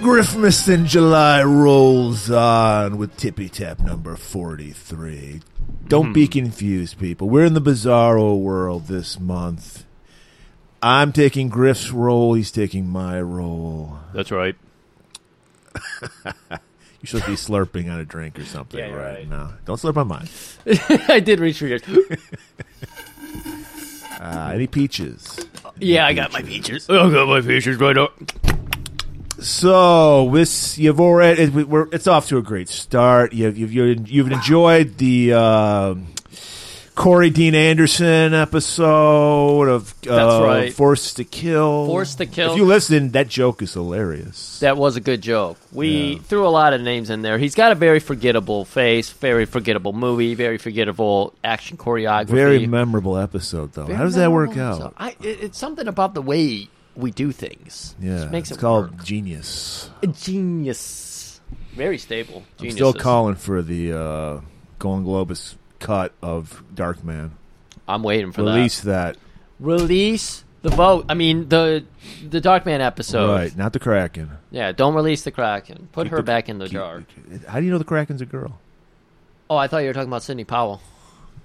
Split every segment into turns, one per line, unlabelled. Griffmas in July rolls on with Tippy Tap number 43. Don't
Hmm.
be confused, people. We're in the bizarro world this month. I'm taking Griff's role, he's taking my role.
That's right.
You should be slurping on a drink or something,
Yeah, you're
right?
right.
No, don't slurp on mine.
I did reach for yours.
Uh, any peaches?
yeah, I got my features. I got my features right up.
So this you've already it, we- we're, it's off to a great start. You've you've, you've, you've enjoyed the um Corey Dean Anderson episode of uh,
That's right.
Forced to Kill.
Forced to Kill.
If you listen, that joke is hilarious.
That was a good joke. We threw a lot of names in there. He's got a very forgettable face, very forgettable movie, very forgettable action choreography.
Very memorable episode, though. How does that work out?
So I, it, it's something about the way we do things.
Yeah,
Just makes
it's
it
called genius.
work. genius. Very stable.
I'm
Genius.
still calling for the uh, Golden Globus cut of Dark Man.
I'm waiting for
Release that.
that. Release the vote. I mean the the Darkman episode.
right, not the Kraken.
Yeah. Don't release the Kraken. Put
Keep
her
the-
back in the
keep-
jar.
How do you know the Kraken's a girl?
Oh, I thought you were talking about Sidney Powell.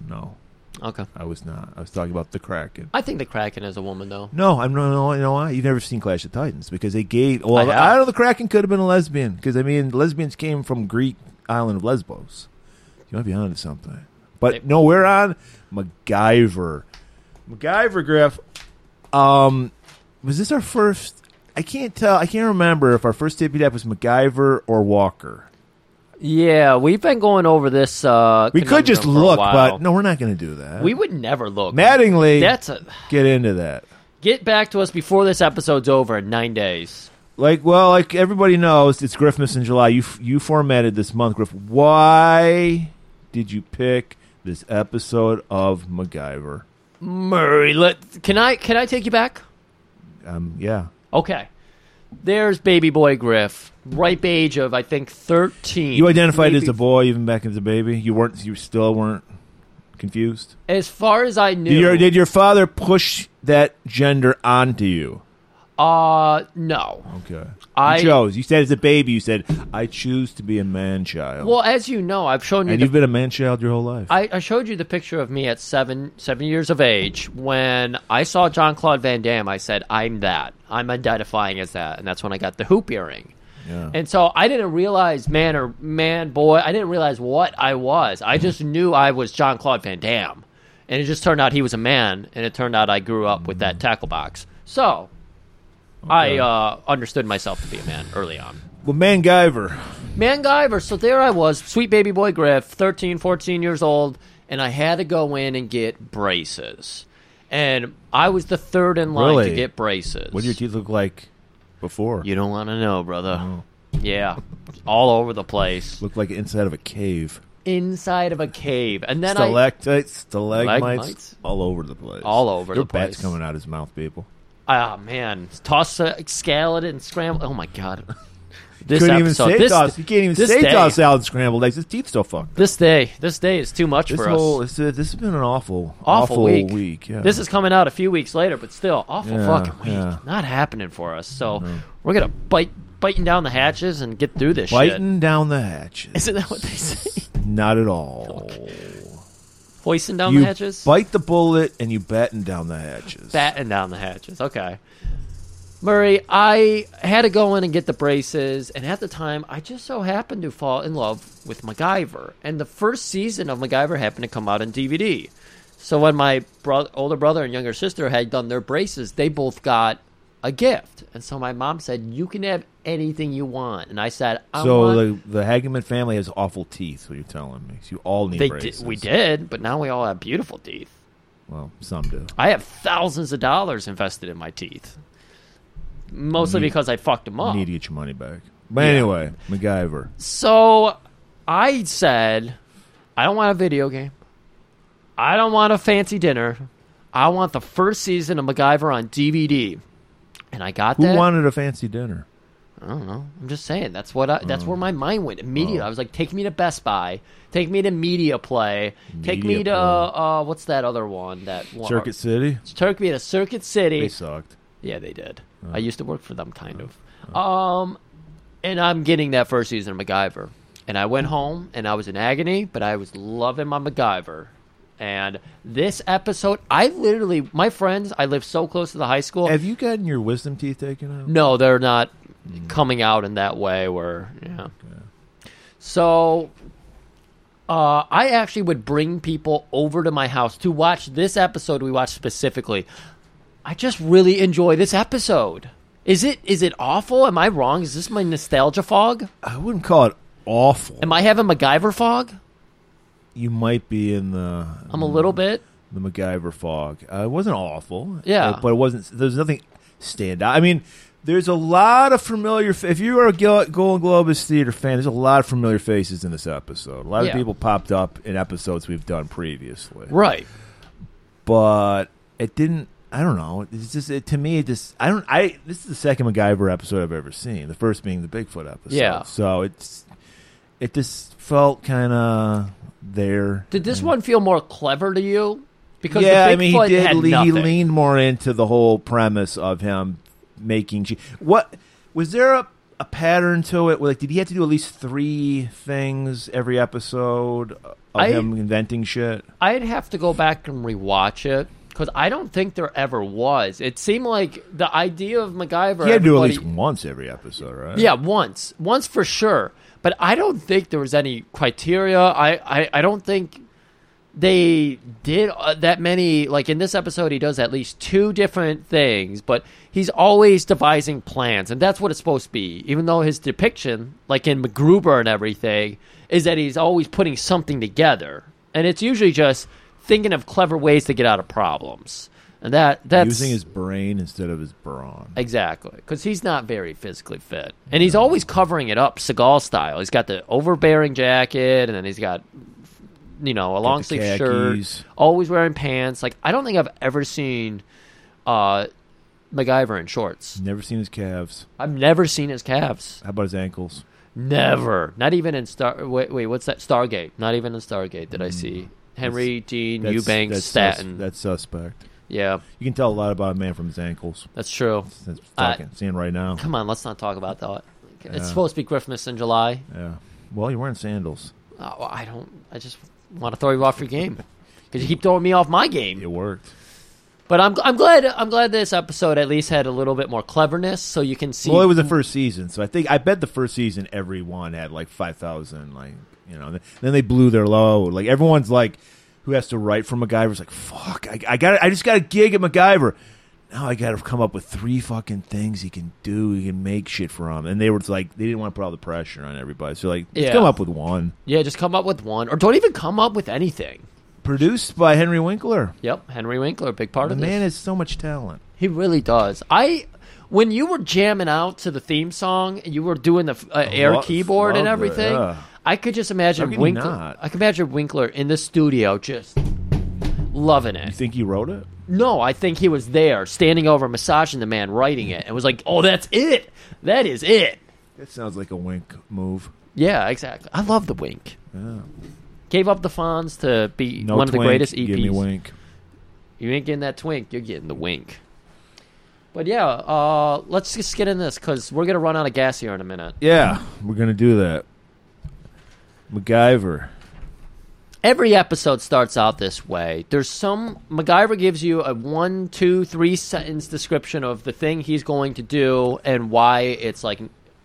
No,
Okay.
I was not. I was talking about the Kraken.
I think the Kraken is a woman though.
No, I'm no, no. You know why? You've never seen Clash of Titans because they gave. Well, I,
I have.
don't know. The Kraken could have been a lesbian because I mean, lesbians came from Greek island of Lesbos. You might be onto something. But
They-
no, we're on MacGyver. MacGyver Griff. Um, was this our first? I can't tell. I can't remember if our first tippy tap was MacGyver or Walker.
Yeah, we've been going over this. Uh,
We could just
conundrum for a
look,
while.
but no, we're not going to do that.
we would never look.
Mattingly,
That's a,
get into that.
get back to us before this episode's over in nine days.
Like, well, like everybody knows, it's Griffmas in July. You f- you formatted this month, Griff. Why did you pick this episode of MacGyver?
Murray, let can I can I take you back?
Um, yeah,
Okay, there's baby boy Griff, ripe age of I think thirteen.
you identified
Maybe-
as a boy even back as a baby. You weren't. You still weren't confused.
as far as I knew.
Did your, did your father push that gender onto you?
uh no.
Okay,
I-
you chose. You said as a baby, you said I choose to be a man child.
Well, as you know, I've shown you
and
the
you've been a man child your whole life.
I, I showed you the picture of me at seven seven years of age when I saw John Claude Van Damme. I said, "I'm that. I'm identifying as that," and that's when I got the hoop earring.
Yeah.
And so I didn't realize man or man boy. I didn't realize what I was. I just knew I was John Claude Van Damme, and it just turned out he was a man, and it turned out I grew up with that tackle box. So I uh, understood myself to be a man early on.
well, MacGyver.
Mangiver. So there I was, sweet baby boy Griff, 13, 14 years old, and I had to go in and get braces. And I was the third in line
Really?
to get braces.
What did your teeth look like before?
You don't want to know, brother.
Oh.
Yeah, all over the place,
Looked like inside of a cave.
inside of a cave, and then I
Stalactites, stalagmites,
Stalagmites?
all over the place.
All over
Your
the
bat's
place.
coming out his mouth, people.
Ah, man. Toss, uh, scallop it, and scramble. Oh, my God. This
Couldn't even
episode.
say
this,
toss. You can't even
this
say
day,
toss salad and scrambled eggs. His teeth still fucked.
This day. This day is too much
This
for
whole
us.
this, uh, this has been an awful,
Awful week.
yeah.
This is coming out a few weeks later, but still, awful
Yeah,
fucking week.
yeah. Mm-hmm.
Not happening for us. So we're going to bite biting down the hatches and get through this shit.
biting down the hatches.
Isn't that what they say?
Not at all.
Hoisting down
You
the hatches?
bite the bullet and you batten down the hatches.
batting down the hatches. Okay. Murray, I had to go in and get the braces, and at the time, I just so happened to fall in love with MacGyver. And the first season of MacGyver happened to come out on DVD. So when my bro- older brother and younger sister had done their braces, they both got a gift. And so my mom said, You can have anything you want. And I said, I
so
want.
the the Hageman family has awful teeth. What you're telling me? So you all need
they
braces.
did, we did, but now we all have beautiful teeth.
Well, some do.
I have thousands of dollars invested in my teeth, mostly because I fucked them up.
Need to get your money back. But anyway, MacGyver.
So I said, I don't want a video game. I don't want a fancy dinner. I want the first season of MacGyver on DVD. And I got
Who
that.
wanted a fancy dinner?
I don't know. I'm just saying. That's what. I, that's
Mm.
where my mind went immediately.
Oh.
I was like, take me to Best Buy. Take me to Media Play. take me
Media
to
Play.
uh, what's that other one? That one,
Circuit City.
Take me to Circuit City.
They sucked.
Yeah, they did. I used to work for them, kind of. Um, And I'm getting that first season of MacGyver. And I went home and I was in agony, but I was loving my MacGyver. And this episode, I literally, my friends, I live so close to the high school.
Have you gotten your wisdom teeth taken out?
No, they're not
Mm.
coming out in that way. Where yeah, so uh, I actually would bring people over to my house to watch this episode. We watched specifically. I just really enjoy this episode. Is it is it awful? Am I wrong? Is this my nostalgia fog?
I wouldn't call it awful.
Am I having MacGyver fog?
you might be in the
I'm a
Mm.
little bit.
the MacGyver fog. Uh, it wasn't awful.
Yeah.
Uh, but it wasn't. There's nothing stand out. I mean, there's a lot of familiar. fa- If you are a Gil- Golden Globus theater fan, there's a lot of familiar faces in this episode. A lot
Yeah.
of people popped up in episodes we've done previously.
Right.
But it didn't. I don't know. It's just it, to me. It just I don't. I this is the second MacGyver episode I've ever seen. The first being the Bigfoot episode.
Yeah.
So it's it just felt kind of there.
Did this one feel more clever to you? Because
Mm. yeah,
the
I mean,
Bigfoot
he did.
had
le- he
nothing.
leaned more into the whole premise of him making. Che- what was there a, a pattern to it? Like, did he have to do at least three things every episode of
I-
him inventing shit?
I'd have to go back and rewatch it because I don't think there ever was. It seemed like the idea of MacGyver.
He had to do at
everybody-
least once every episode, right?
yeah, once, once for sure. But I don't think there was any criteria. I, I, I don't think they did uh, that many. Like in this episode, he does at least two different things, but he's always devising plans, and that's what it's supposed to be. Even though his depiction, like in MacGruber and everything, is that he's always putting something together, and it's usually just thinking of clever ways to get out of problems. And that that's
using his brain instead of his brawn.
Exactly, because he's not very physically fit, and he's always covering it up Seagal style. He's got the overbearing jacket, and then he's got, you know, a long sleeve shirt.
khakis.
Always wearing pants. Like I don't think I've ever seen uh, MacGyver in shorts.
Never seen his calves.
I've never seen his calves.
How about his ankles?
Never. Not even in Star. Wait, wait. What's that? Stargate. Not even in Stargate did I see Henry Dean
Mm. That's-
Eubanks
that's sus-
Staten.
that's suspect.
yeah,
You can tell a lot about a man from his ankles.
that's true.
That's
Uh,
fucking seeing right now.
Come on, let's not talk about that. It's
Yeah.
supposed to be Christmas in July.
Yeah. Well, you're wearing sandals.
Oh, well, I don't. I just want to throw you off your game because you keep throwing me off my
It
game.
worked.
But I'm I'm glad I'm glad this episode at least had a little bit more cleverness, so you can see.
Well, it was the first season, so I think I bet the first season everyone had like five thousand, like you know. Then they blew their load. Like everyone's like, who has to write for MacGyver's like, fuck, I, I got, I just got a gig at MacGyver. Now I got to come up with three fucking things he can do. He can make shit from, and they were like, they didn't want to put all the pressure on everybody, so like, just
Yeah.
come up with one.
yeah, just come up with one, or don't even come up with anything.
Produced by Henry Winkler.
Yep, Henry Winkler, big part
The
of this.
man has so much talent.
he really does. I when you were jamming out to the theme song, you were doing the f- uh, air
Lo-
keyboard and
loved it,
everything.
yeah.
I could just
How
imagine
could you
Winkler.
not?
I could imagine Winkler in the studio just loving it.
You think he wrote it?
No, I think he was there, standing over, massaging the man, writing it, and was like, "Oh, that's it. That is it."
That sounds like a wink move.
Yeah, exactly. I love the wink.
Yeah.
Gave up the Fonz to be
No
one of the
twink,
greatest E EPs.
Give me wink.
You ain't getting that twink. You're getting the wink. But yeah, uh, let's just get in this because we're gonna run out of gas here in a minute.
Yeah, we're gonna do that. MacGyver.
Every episode starts out this way. There's some MacGyver gives you a one, two, three sentence description of the thing he's going to do and why it's like,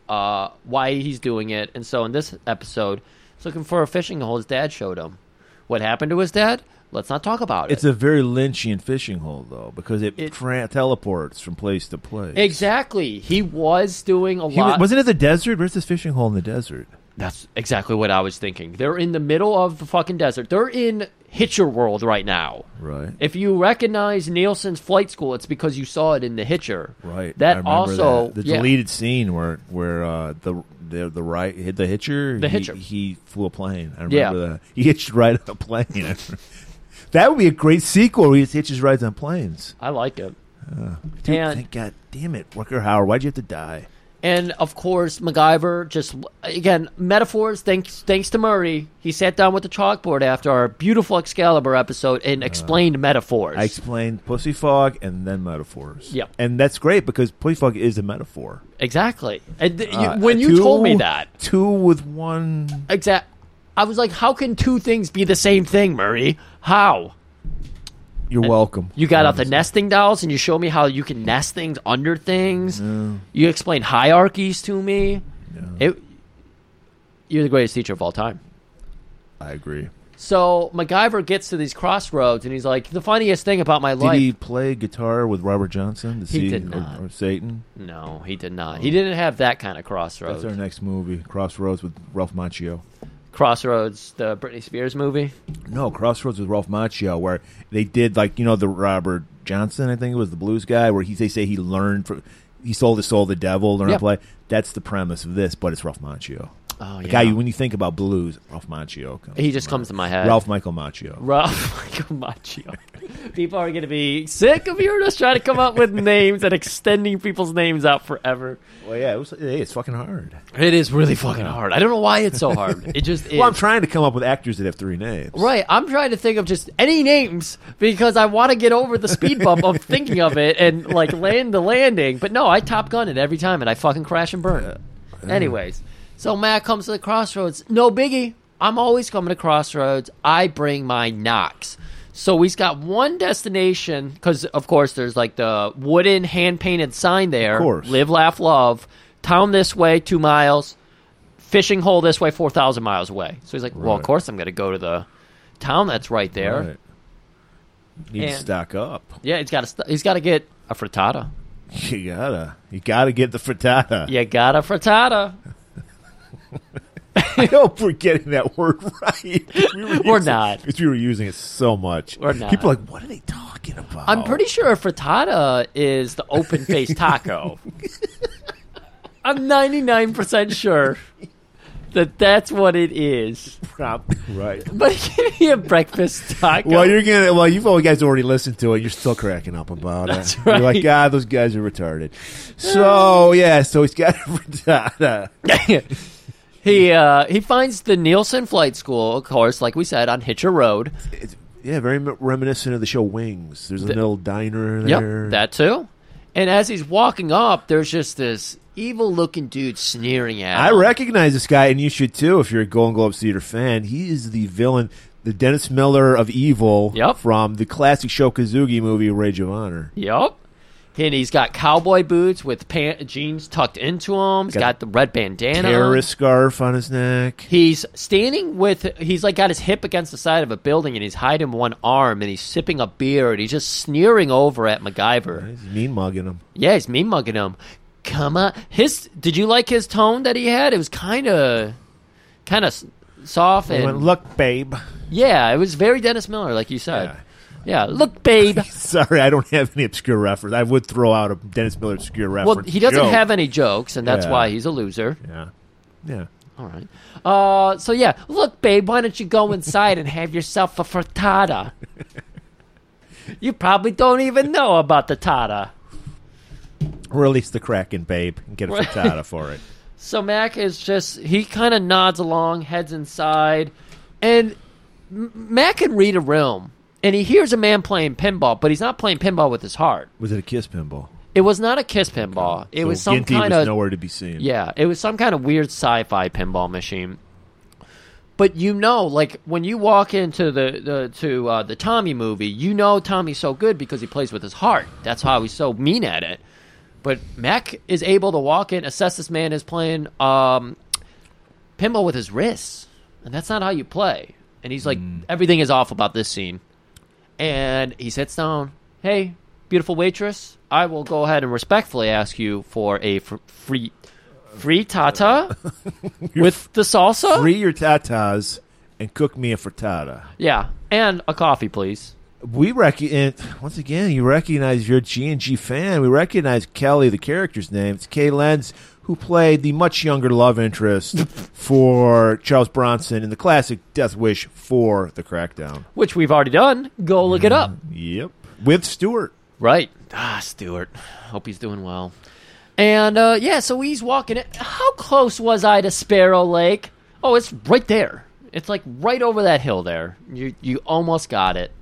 uh, why he's doing it. And so in this episode, he's looking for a fishing hole his dad showed him. What happened to his dad? Let's not talk about
It's
it.
a very Lynchian fishing hole, though, because it,
It-
tra- teleports from place to place.
exactly. He was doing a
He
lot.
was, wasn't it the desert? Where's this fishing hole in the desert?
That's exactly what I was thinking. They're in the middle of the fucking desert. They're in Hitcher World right now.
Right.
If you recognize Nielsen's flight school, it's because you saw it in The Hitcher.
Right. I
That
remember
also
that. the
yeah.
deleted scene where where uh, the the the right hit the hitcher.
The
he,
hitcher.
He flew a plane. I
Yeah.
remember that. He hitched right on a plane. that would be a great sequel. Where he just hitches rides on planes.
I like it.
Dude,
And-
thank God damn it, Worker Howard. Why'd you have to die?
And of course, MacGyver just again metaphors. Thanks, thanks to Murray, he sat down with the chalkboard after our beautiful Excalibur episode and explained metaphors.
Uh, I explained pussy fog and then metaphors.
Yep.
and that's great because pussy fog is a metaphor.
exactly. And th- you-
Uh,
when you
two-
told me that,
two with one,
exact, I was like, "How can two things be the same thing, Murray? How?"
you're welcome.
You got out the nesting dolls and you show me how you can nest things under things. You explain hierarchies to me. It, you're the greatest teacher of all time.
I agree.
So MacGyver gets to these crossroads and he's like, the funniest thing about my
Did
life.
he play guitar with Robert Johnson?
He did not.
Or, or Satan?
No, he did not. He didn't have that kind of crossroads.
Oh. That's our next movie, Crossroads with Ralph Macchio.
Crossroads, the Britney Spears movie.
No, Crossroads with Ralph Macchio, where they did like you know the Robert Johnson, I think it was the blues guy, where he they say he learned from he sold his soul to the devil, learned
Yeah.
to play. That's the premise of this, but it's Ralph Macchio.
Oh,
The
yeah.
guy you when you think about blues, Ralph Macchio. Comes
he just
to
comes to my
mind.
head.
Ralph Michael Macchio.
Ralph Michael Macchio. People are going to be sick of hearing us trying to come up with names and extending people's names out forever.
Well, yeah, it was, hey, it's fucking hard.
It is really fucking hard. I don't know why it's so hard. It just is.
Well, I'm trying to come up with actors that have three names.
right. I'm trying to think of just any names because I want to get over the speed bump of thinking of it and like land the landing. But no, I top gun it every time and I fucking crash and burn. Anyways, so Matt comes to the crossroads. No biggie. I'm always coming to crossroads. I bring my Knox. So he's got one destination because, of course, there's like the wooden hand painted sign there.
course.
Live, laugh, love. Town this way, two miles fishing hole this way, 4,000 miles away. So he's like, well, of
Right.
course I'm going to go to the town that's right there.
Right. Need to
And-
stock up.
Yeah, he's got to st- he's got to get a frittata.
You gotta, you gotta get the frittata.
You got a frittata.
I hope we're getting that word right. We were
We're
using-
not.
Because we were using it so much.
We're not.
People are like, what are they talking about?
I'm pretty sure a frittata is the open faced taco. I'm 99% sure that that's what it is.
Prob- right.
But it can be a breakfast taco.
Well, you're gonna. Well, you've all guys already listened to it. You're still cracking up about
That's
it.
right.
You're like, God, those guys are retarded. So yeah, so he's got a frittata.
he uh, he finds the Nielsen Flight School, of course, like we said, on Hitcher Road.
It's, yeah, very m- reminiscent of the show Wings. There's a little diner there.
Yep, that too. And as he's walking up, there's just this evil-looking dude sneering at
I
him.
recognize this guy, and you should too if you're a Golden Globe Theater fan. He is the villain, the Dennis Miller of evil
Yep.
from the classic Shokazugi movie, Rage of Honor.
Yep. And he's got cowboy boots with pant- jeans tucked into him. He's
Got
got, the red bandana. on.
Terrorist scarf on his neck.
He's standing with he's like got his hip against the side of a building and he's hiding one arm and he's sipping a beer and he's just sneering over at MacGyver.
He's mean mugging him.
Yeah, he's mean mugging him. Come on, his did you like his tone that he had? It was kind of kind of soft
He
and
went, Look, babe.
Yeah, it was very Dennis Miller, like you said. Yeah, look, babe.
Sorry, I don't have any obscure reference. I would throw out a Dennis Miller obscure reference.
well, he doesn't
joke.
have any jokes, and that's
Yeah.
why he's a loser.
Yeah. Yeah.
All right. Uh, so yeah, look, babe. Why don't you go inside and have yourself a frittata? you probably don't even know about the tata.
Release the Kraken, babe, and get a
Right.
frittata for it.
So Mac is just he kind of nods along, heads inside, and M- Mac can read a room, and he hears a man playing pinball, but he's not playing pinball with his heart.
Was it a kiss pinball?
It was not a kiss pinball. It was some
Ginty
kind
was
of
nowhere to be seen.
Yeah, it was some kind of weird sci-fi pinball machine. But you know, like when you walk into the, the to uh, the Tommy movie, you know Tommy's so good because he plays with his heart. That's how he's so mean at it. But Mac is able to walk in, assess this man is playing um, pinball with his wrists, and that's not how you play. And he's like, everything is off about this scene. And he sits down. Hey, beautiful waitress, I will go ahead and respectfully ask you for a fr- free free tata with the salsa.
Free your tatas and cook me a frittata.
Yeah, and a coffee, please.
we rec- and once again you recognize if you're a G&G fan we recognize Kelly the character's name it's Kay Lenz who played the much younger love interest for Charles Bronson in the classic Death Wish for The Crackdown
Which we've already done. Go look it up.
yep with Stewart
Right. Ah, Stuart. Hope he's doing well. And uh, yeah, so he's walking it. How close was I to Sparrow Lake? Oh, it's right there. It's like right over that hill there. You you almost got it.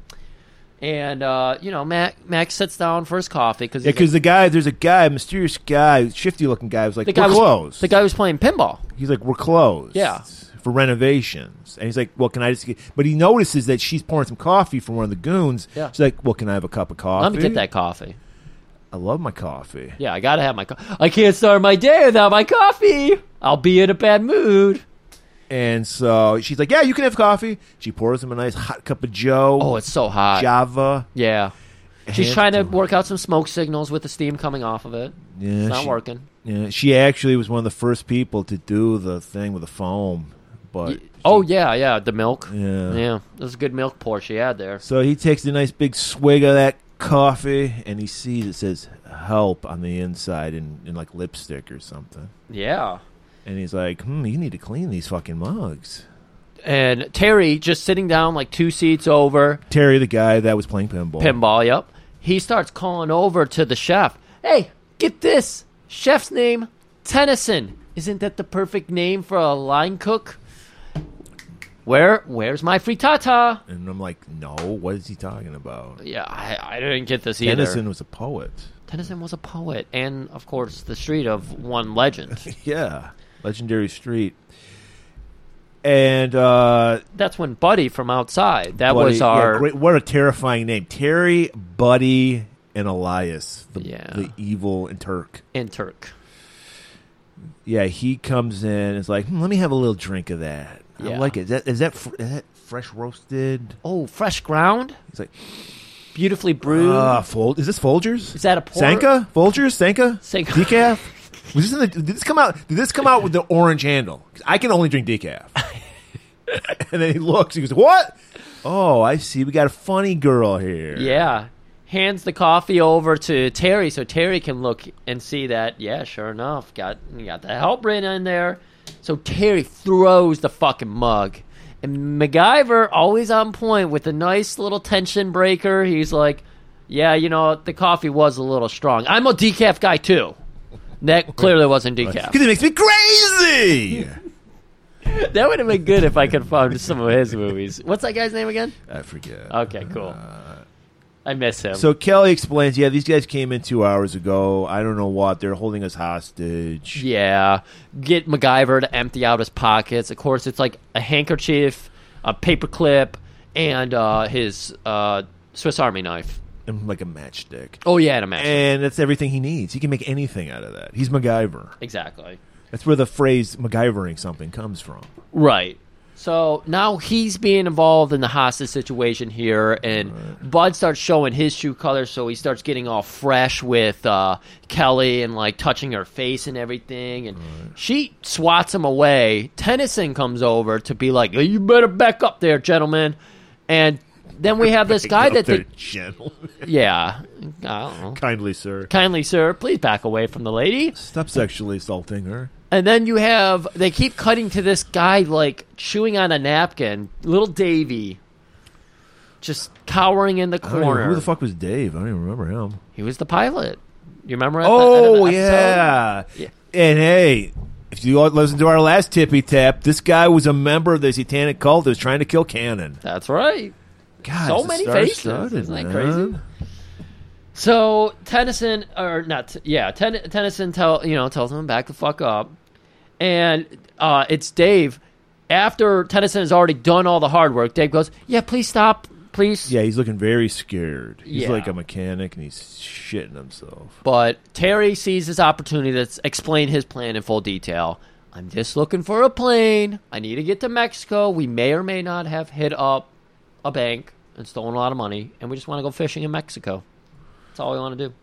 And uh, you know, Mac Mac sits down for his coffee because
Yeah, because the guy, there's a guy, mysterious guy, shifty looking guy, was like,
the guy
we're
was
closed.
the guy was playing pinball.
he's like, we're closed.
Yeah.
For renovations. And he's like, well, can I just get. But he notices that she's pouring some coffee for one of the goons.
Yeah.
She's like, well, can I have a cup of coffee?
Let me get that coffee.
I love my coffee.
Yeah, I gotta have my. Co- I can't start my day without my coffee. I'll be in a bad mood.
And so she's like, yeah, you can have coffee. She pours him a nice hot cup of Joe.
Oh, it's so hot.
Java.
Yeah. She's
Handsome.
trying to work out some smoke signals with the steam coming off of it.
Yeah,
it's not
she-
working.
Yeah, she actually was one of the first people to do the thing with the foam. But
Oh yeah, yeah, the milk.
Yeah.
yeah. There's a good milk pour she had there.
so he takes a nice big swig of that coffee, and he sees it says "help" on the inside in, in like lipstick or something.
Yeah.
And he's like, "Hmm, you need to clean these fucking mugs."
And Terry just sitting down like two seats over
Terry, the guy that was playing pinball,
pinball. Yep. He starts calling over to the chef. Hey, get this. Chef's name Tennyson. Isn't that the perfect name for a line cook? Where where's my frittata?
and I'm like, "No, what is he talking about?"
Yeah, I, I didn't get this either.
Dennison was a poet.
Tennyson was a poet, and of course, the street of one legend.
Yeah, legendary street. And uh,
That's when Buddy from outside. That
Buddy-
was
yeah,
our
great, what a terrifying name, Terry, Buddy, and Elias, the,
Yeah.
the evil and Turk.
in Turk.
Yeah, he comes in. and is like, hmm, let me have a little drink of that. I
Yeah.
like it. Is that is that, fr- is that fresh roasted?
Oh, fresh ground,
He's like,
beautifully brewed.
ah, Fol- is this Folgers?
Is that a pour?
Sanka? Folgers? Sanka?
Sanka.
Decaf? Was this in the, did this come out? Did this come out with the orange handle? 'Cause I can only drink decaf. and then he looks. He goes, "What? Oh, I see. We got a funny girl here.
yeah, hands the coffee over to Terry so Terry can look and see that. Yeah, sure enough, got you got the help written in there. So Terry throws the fucking mug. And MacGyver always on point with a nice little tension breaker. He's like, "Yeah, you know the coffee was a little strong. I'm a decaf guy too. That clearly wasn't decaf.
Because it makes me crazy.
That would have been good if I could find some of his movies. What's that guy's name again?
I forget.
Okay, cool. I miss him.
So Kelly explains, yeah, these guys came in two hours ago. I don't know what. They're holding us hostage.
yeah, get MacGyver to empty out his pockets. Of course, it's like a handkerchief, a paperclip, and uh, his uh, Swiss Army knife.
And like a matchstick.
Oh yeah, and a match.
And that's everything he needs. He can make anything out of that. He's MacGyver.
Exactly.
That's where the phrase MacGyvering something comes from.
Right. So now he's being involved in the hostage situation here, and Bud starts showing his shoe color, so he starts getting all fresh with uh, Kelly and like touching her face and everything. And she swats him away. Tennyson comes over to be like, "Hey, "You better back up there, gentlemen." And then we have this guy that,
They're
the,
gentle.
yeah, I don't know.
Kindly, sir.
kindly sir, please back away from the lady.
Stop sexually assaulting her.
And then you have they keep cutting to this guy like chewing on a napkin, little Davy, just cowering in the
I don't even-
corner.
who the fuck was Dave? I don't even remember him.
he was the pilot. You remember? at the end of the
Oh,
episode?
yeah.
Yeah.
And hey, if you all listen to our last tippy tap, this guy was a member of the satanic cult that was trying to kill Cannon.
that's right.
God,
So
it's a
many
star
faces.
studded,
Isn't that
man.
crazy? So Tennyson, or not? T- Yeah, Ten- Tennyson tell you know tells him to back the fuck up, and uh, it's Dave. After Tennyson has already done all the hard work, Dave goes, "Yeah, please stop, please."
Yeah, he's looking very scared. He's
Yeah.
like a mechanic and he's shitting himself.
But Terry sees his opportunity to explain his plan in full detail. I'm just looking for a plane. I need to get to Mexico. We may or may not have hit up a bank and stolen a lot of money, and we just want to go fishing in Mexico. That's all we want to do.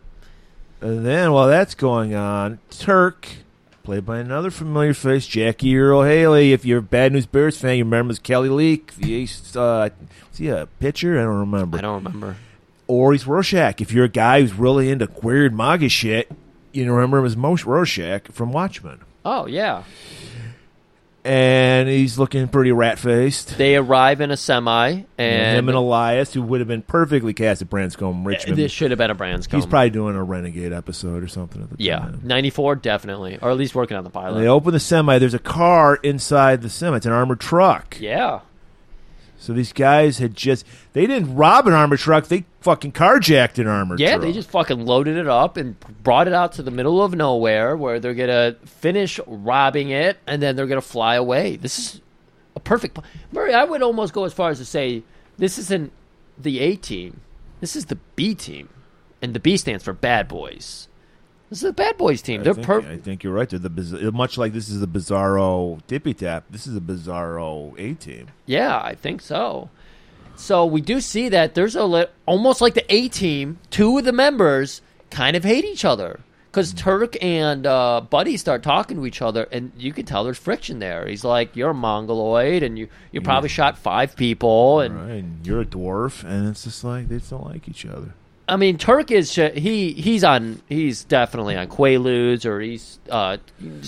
And then while that's going on, Turk, played by another familiar face, Jackie Earl Haley. If you're a Bad News Bears fan, you remember him as Kelly Leak. The ace, uh, was he a pitcher? I don't remember.
I don't remember.
Or he's Rorschach. If you're a guy who's really into weird MAGA shit, you remember him as Moshe Rorschach from Watchmen.
Oh yeah,
and he's looking pretty rat faced.
They arrive in a semi, and
Him and Elias, who would have been perfectly cast at Branscombe Richmond.
this should have been a Branscombe.
he's probably doing a Renegade episode or something at the
yeah,
time.
ninety four definitely, or at least working on the pilot.
They open the semi. There's a car inside the semi. It's an armored truck.
yeah,
So these guys had just they didn't rob an armored truck, they fucking carjacked an armored
yeah,
truck.
they just fucking loaded it up and brought it out to the middle of nowhere, where they're gonna finish robbing it, and then they're gonna fly away. This is a perfect. pl- Murray, I would almost go as far as to say this isn't the A team. This is the B team, and the B stands for bad boys. This is the bad boys team.
I
They're
think,
perfect.
I think you're right. They're the biz- much like this is the bizarro tippy tap. This is a bizarro A team.
Yeah, I think so. So we do see that there's a li- almost like the A team. Two of the members kind of hate each other because Turk and uh, Buddy start talking to each other, and you can tell there's friction there. He's like, "You're a mongoloid, and you you probably shot five people." And
Right, and you're a dwarf, and it's just like they just don't like each other.
I mean, Turk is sh- he he's on he's definitely on quaaludes or he's uh,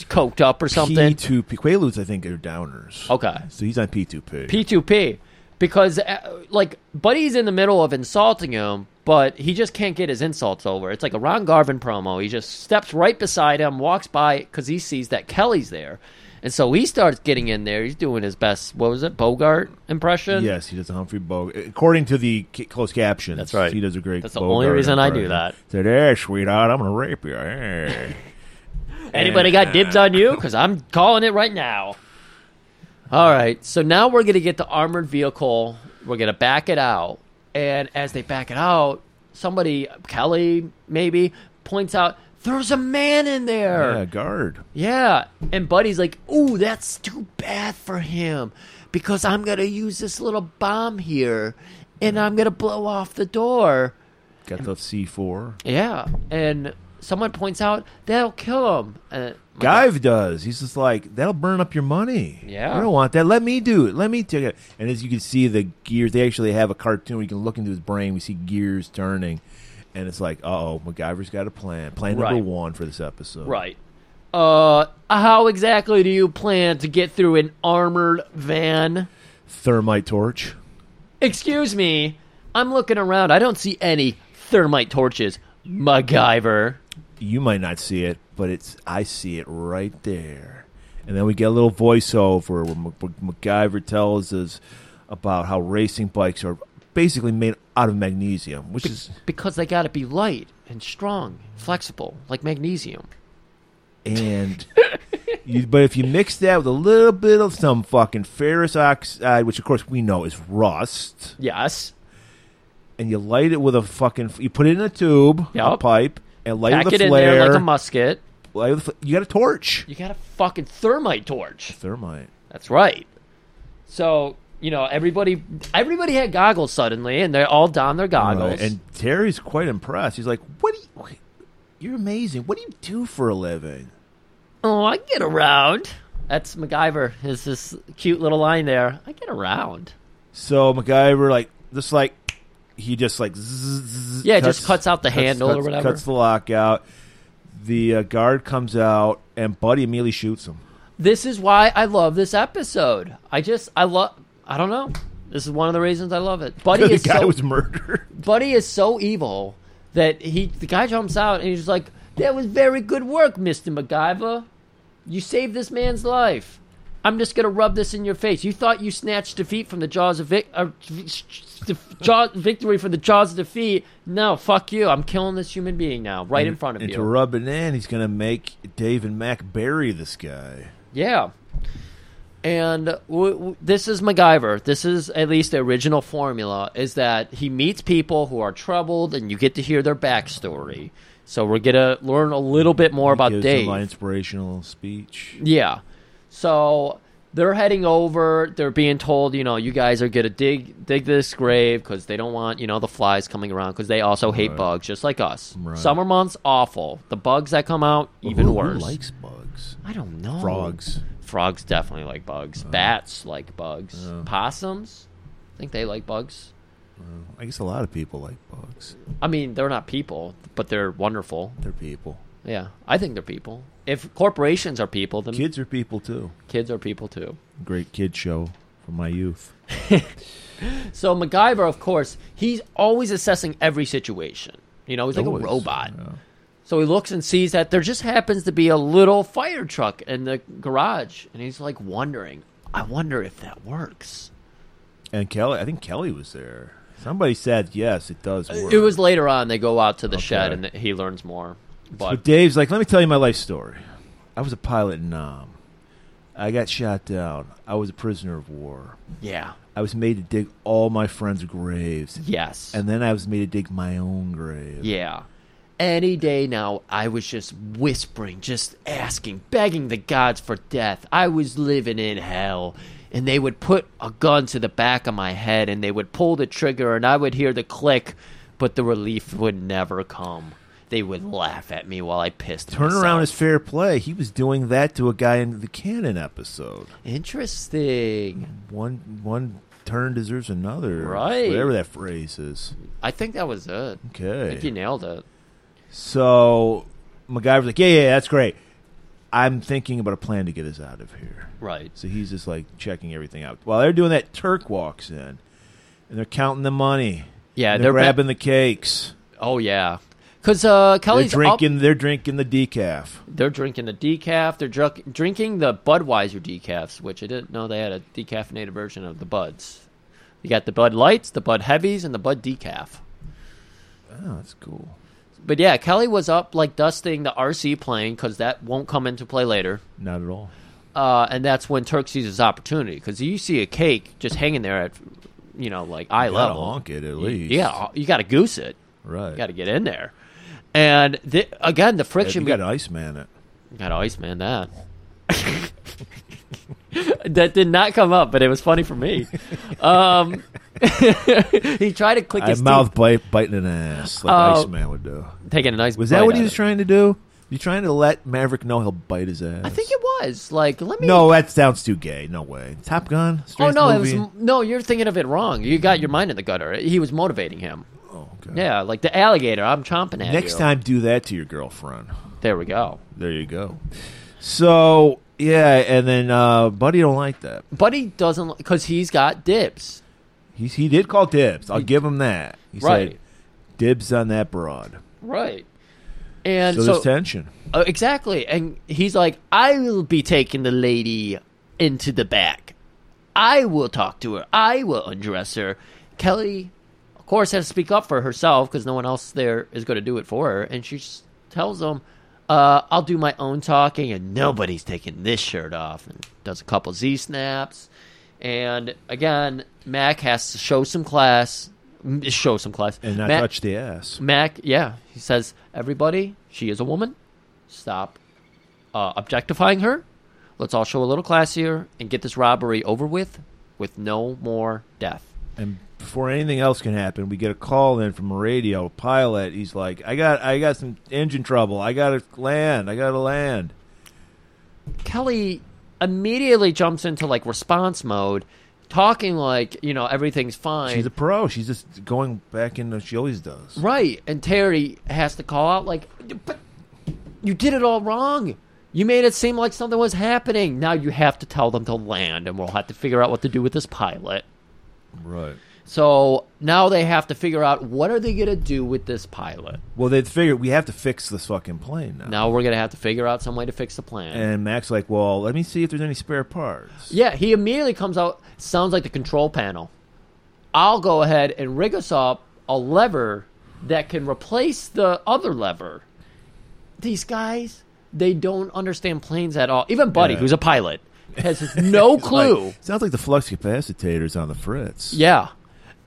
coked up or something.
P two P Quaaludes, I think, are downers.
Okay.
so he's on P two P.
P2P because uh, like Buddy's in the middle of insulting him, but he just can't get his insults over. It's like a Ron Garvin promo. He just steps right beside him, walks by because he sees that Kelly's there, and so he starts getting in there. He's doing his best. What was it, Bogart impression?
Yes, he does a Humphrey Bogart. According to the ca- closed captions,
That's right.
He does a great.
That's the only
Bogart
reason I do
impression.
that.
Said, "Hey, sweetheart, I'm gonna rape you." Hey.
Anybody got dibs on you? Because I'm calling it right now. uh, All right, so now we're going to get the armored vehicle. We're going to back it out. And as they back it out, somebody, Kelly maybe, points out there's a man in
yeah,
there.
guard.
Yeah. And Buddy's like, ooh, that's too bad for him because I'm going to use this little bomb here and I'm going to blow off the door.
Got the C four.
Yeah. And someone points out that'll kill him. Uh,
Guyve does. He's just like, that'll burn up your money.
Yeah.
I don't want that. Let me do it. Let me take it. And as you can see, the gears, they actually have a cartoon where you can look into his brain. We see gears turning. And it's like, uh oh, MacGyver's got a plan. Plan
Right.
number one for this episode.
Right. Uh, how exactly do you plan to get through an armored van?
Thermite torch.
Excuse me, I'm looking around. I don't see any thermite torches. MacGyver.
You might not see it, but it's I see it right there. And then we get a little voiceover where Mac- Mac- MacGyver tells us about how racing bikes are basically made out of magnesium, which is
Because they gotta be light and strong, flexible, like magnesium.
and you, but if you mix that with a little bit of some fucking ferrous oxide, which of course we know is rust,
Yes.
and you light it with a fucking, you put it in a tube, a
Yep.
pipe, and light it
Pack
with
it
a
in there
flare.
like a musket.
light with a fl- you got a torch,
You got a fucking thermite torch.
thermite.
That's right. So you know everybody, everybody had goggles suddenly, and they're all down their goggles.
Right. And Terry's quite impressed. He's like, "What? Do you, you're amazing. What do you do for a living?"
Oh, I get around. That's MacGyver. Is this cute little line there? I get around.
So MacGyver, like, just like he just like zzz,
Yeah, it just cuts out the handle or
cuts-
whatever.
Cuts the lock out. The uh, guard comes out, and Buddy immediately shoots him.
This is why I love this episode. I just I love. I don't know. This is one of the reasons I love it. Buddy
the
is
guy
so
was murdered.
Buddy is so evil that he the guy jumps out and he's just like, "That was very good work, Mister MacGyver. You saved this man's life. I'm just gonna rub this in your face. You thought you snatched defeat from the jaws of vic- uh, the jaw- victory from the jaws of defeat. No, fuck you. I'm killing this human being now, right in front of
and
you.
to rub it in, he's gonna make Dave and Mac bury this guy.
Yeah. And w- w- this is MacGyver. This is at least the original formula is that he meets people who are troubled and you get to hear their backstory. So we're going to learn a little bit more about
Gives
Dave.
him an inspirational speech.
Yeah. So they're heading over. They're being told, you know, you guys are gonna dig dig this grave because they don't want, you know, the flies coming around because they also hate bugs just like us.
Right.
Summer months awful. The bugs that come out even
Who-
worse. Oh.
Who likes bugs?
I don't know.
Frogs.
Frogs definitely like bugs.
Oh.
Bats like bugs. Possums, I think they like bugs.
I guess a lot of people like bugs.
I mean, they're not people, but they're wonderful.
They're people.
Yeah, I think they're people. If corporations are people, then
Kids are people too.
kids are people too.
Mm. Great kid show from my youth.
So MacGyver, of course, he's always assessing every situation. You know, he's like
Always.
a robot.
Yeah.
So he looks and sees that there just happens to be a little fire truck in the garage, and he's like wondering, I wonder if that works.
And Kelly, I think Kelly was there. Somebody said yes, it does work.
It was later on they go out to the shed
Okay.
and he learns more.
But
But
Dave's like, let me tell you my life story. I was a pilot in Nam. I got shot down. I was a prisoner of war.
yeah,
I was made to dig all my friends' graves.
yes,
And then I was made to dig my own grave.
yeah. Any day now, I was just whispering, just asking, begging the gods for death. I was living in hell. And they would put a gun to the back of my head and they would pull the trigger, and I would hear the click, but the relief would never come. They would laugh at me while I pissed.
Turnaround
myself.
is fair play. He was doing that to a guy in the Cannon episode.
interesting.
One one turn deserves another.
Right.
Whatever that phrase is.
I think that was it. I think you
Okay.
nailed it.
So MacGyver's like, yeah, yeah, that's great. I'm thinking about a plan to get us out of here.
Right.
So he's just like checking everything out. While they're doing that, Turk walks in and they're counting the money.
Yeah,
And
they're
they're,
ba-
grabbing the cakes.
Oh yeah, because uh,
They're
Kelly's up-
drinking. They're drinking the decaf.
They're drinking the decaf. They're drunk, drinking the Budweiser decafs, which I didn't know they had a decaffeinated version of the Buds. You got the Bud Lights, the Bud Heavies, and the Bud Decaf.
Oh, that's cool.
But yeah, Kelly was up like dusting the RC plane because that won't come into play later.
Not at all.
Uh, and that's when Turk sees his opportunity because you see a cake just hanging there at, you know, like eye
Gotta
level.
honk it at least.
Yeah, you got to goose it.
Right.
You got to get in there. And the, again, the
Yeah,
friction.
you got an Iceman it.
Got Iceman that. that did not come up, but it was funny for me. Um, he tried to click
I
his
mouth
teeth,
bite, biting an ass like
Oh.
Iceman would do.
taking a nice.
Was that
bite
what
at
he was
it.
trying to do? You trying to let Maverick know he'll bite his ass?
I think it was like let me.
No, that sounds too gay. No way. Top Gun.
Oh
Straight
no, it was
movie?
no. You're thinking of it wrong. You got your mind in the gutter. He was motivating him.
Oh, okay.
Yeah, like the alligator. I'm chomping at
Next
you.
time, do that to your girlfriend.
There we go.
There you go. So yeah, and then uh, Buddy don't like that.
Buddy doesn't because he's got dibs.
He he did call dibs. I'll give him that. He
Right.
said dibs on that broad.
Right. And
So,
so
there's tension.
Uh, exactly. And he's like, I will be taking the lady into the back. I will talk to her. I will undress her. Kelly, of course, has to speak up for herself because no one else there is going to do it for her. And she s- tells him, uh, I'll do my own talking and nobody's taking this shirt off. And does a couple Z snaps. And again, Mac has to show some class. m- Show some class.
And not
Mac-
touch the ass.
Mac, yeah, he says, everybody, she is a woman. Stop uh, objectifying her. Let's all show a little class here and get this robbery over with, with no more death.
And before anything else can happen, we get a call in from a radio pilot. He's like, "I got, I got some engine trouble. I got to land. I got to land."
Kelly immediately jumps into like response mode, talking like you know everything's fine.
She's a pro. She's just going back in. as She always does.
Right, and Terry has to call out like, "But you did it all wrong. You made it seem like something was happening. Now you have to tell them to land, and we'll have to figure out what to do with this pilot."
Right.
So now they have to figure out what are they going to do with this pilot.
Well, they figured we have to fix this fucking plane now.
Now we're going to have to figure out some way to fix the plan.
And Mac's like, "Well, let me see if there's any spare parts."
yeah, he immediately comes out. Sounds like the control panel. I'll go ahead and rig us up a lever that can replace the other lever. These guys, they don't understand planes at all. Even Buddy,
Yeah.
who's a pilot, has no clue.
Like, sounds like the flux capacitor's on the fritz.
Yeah,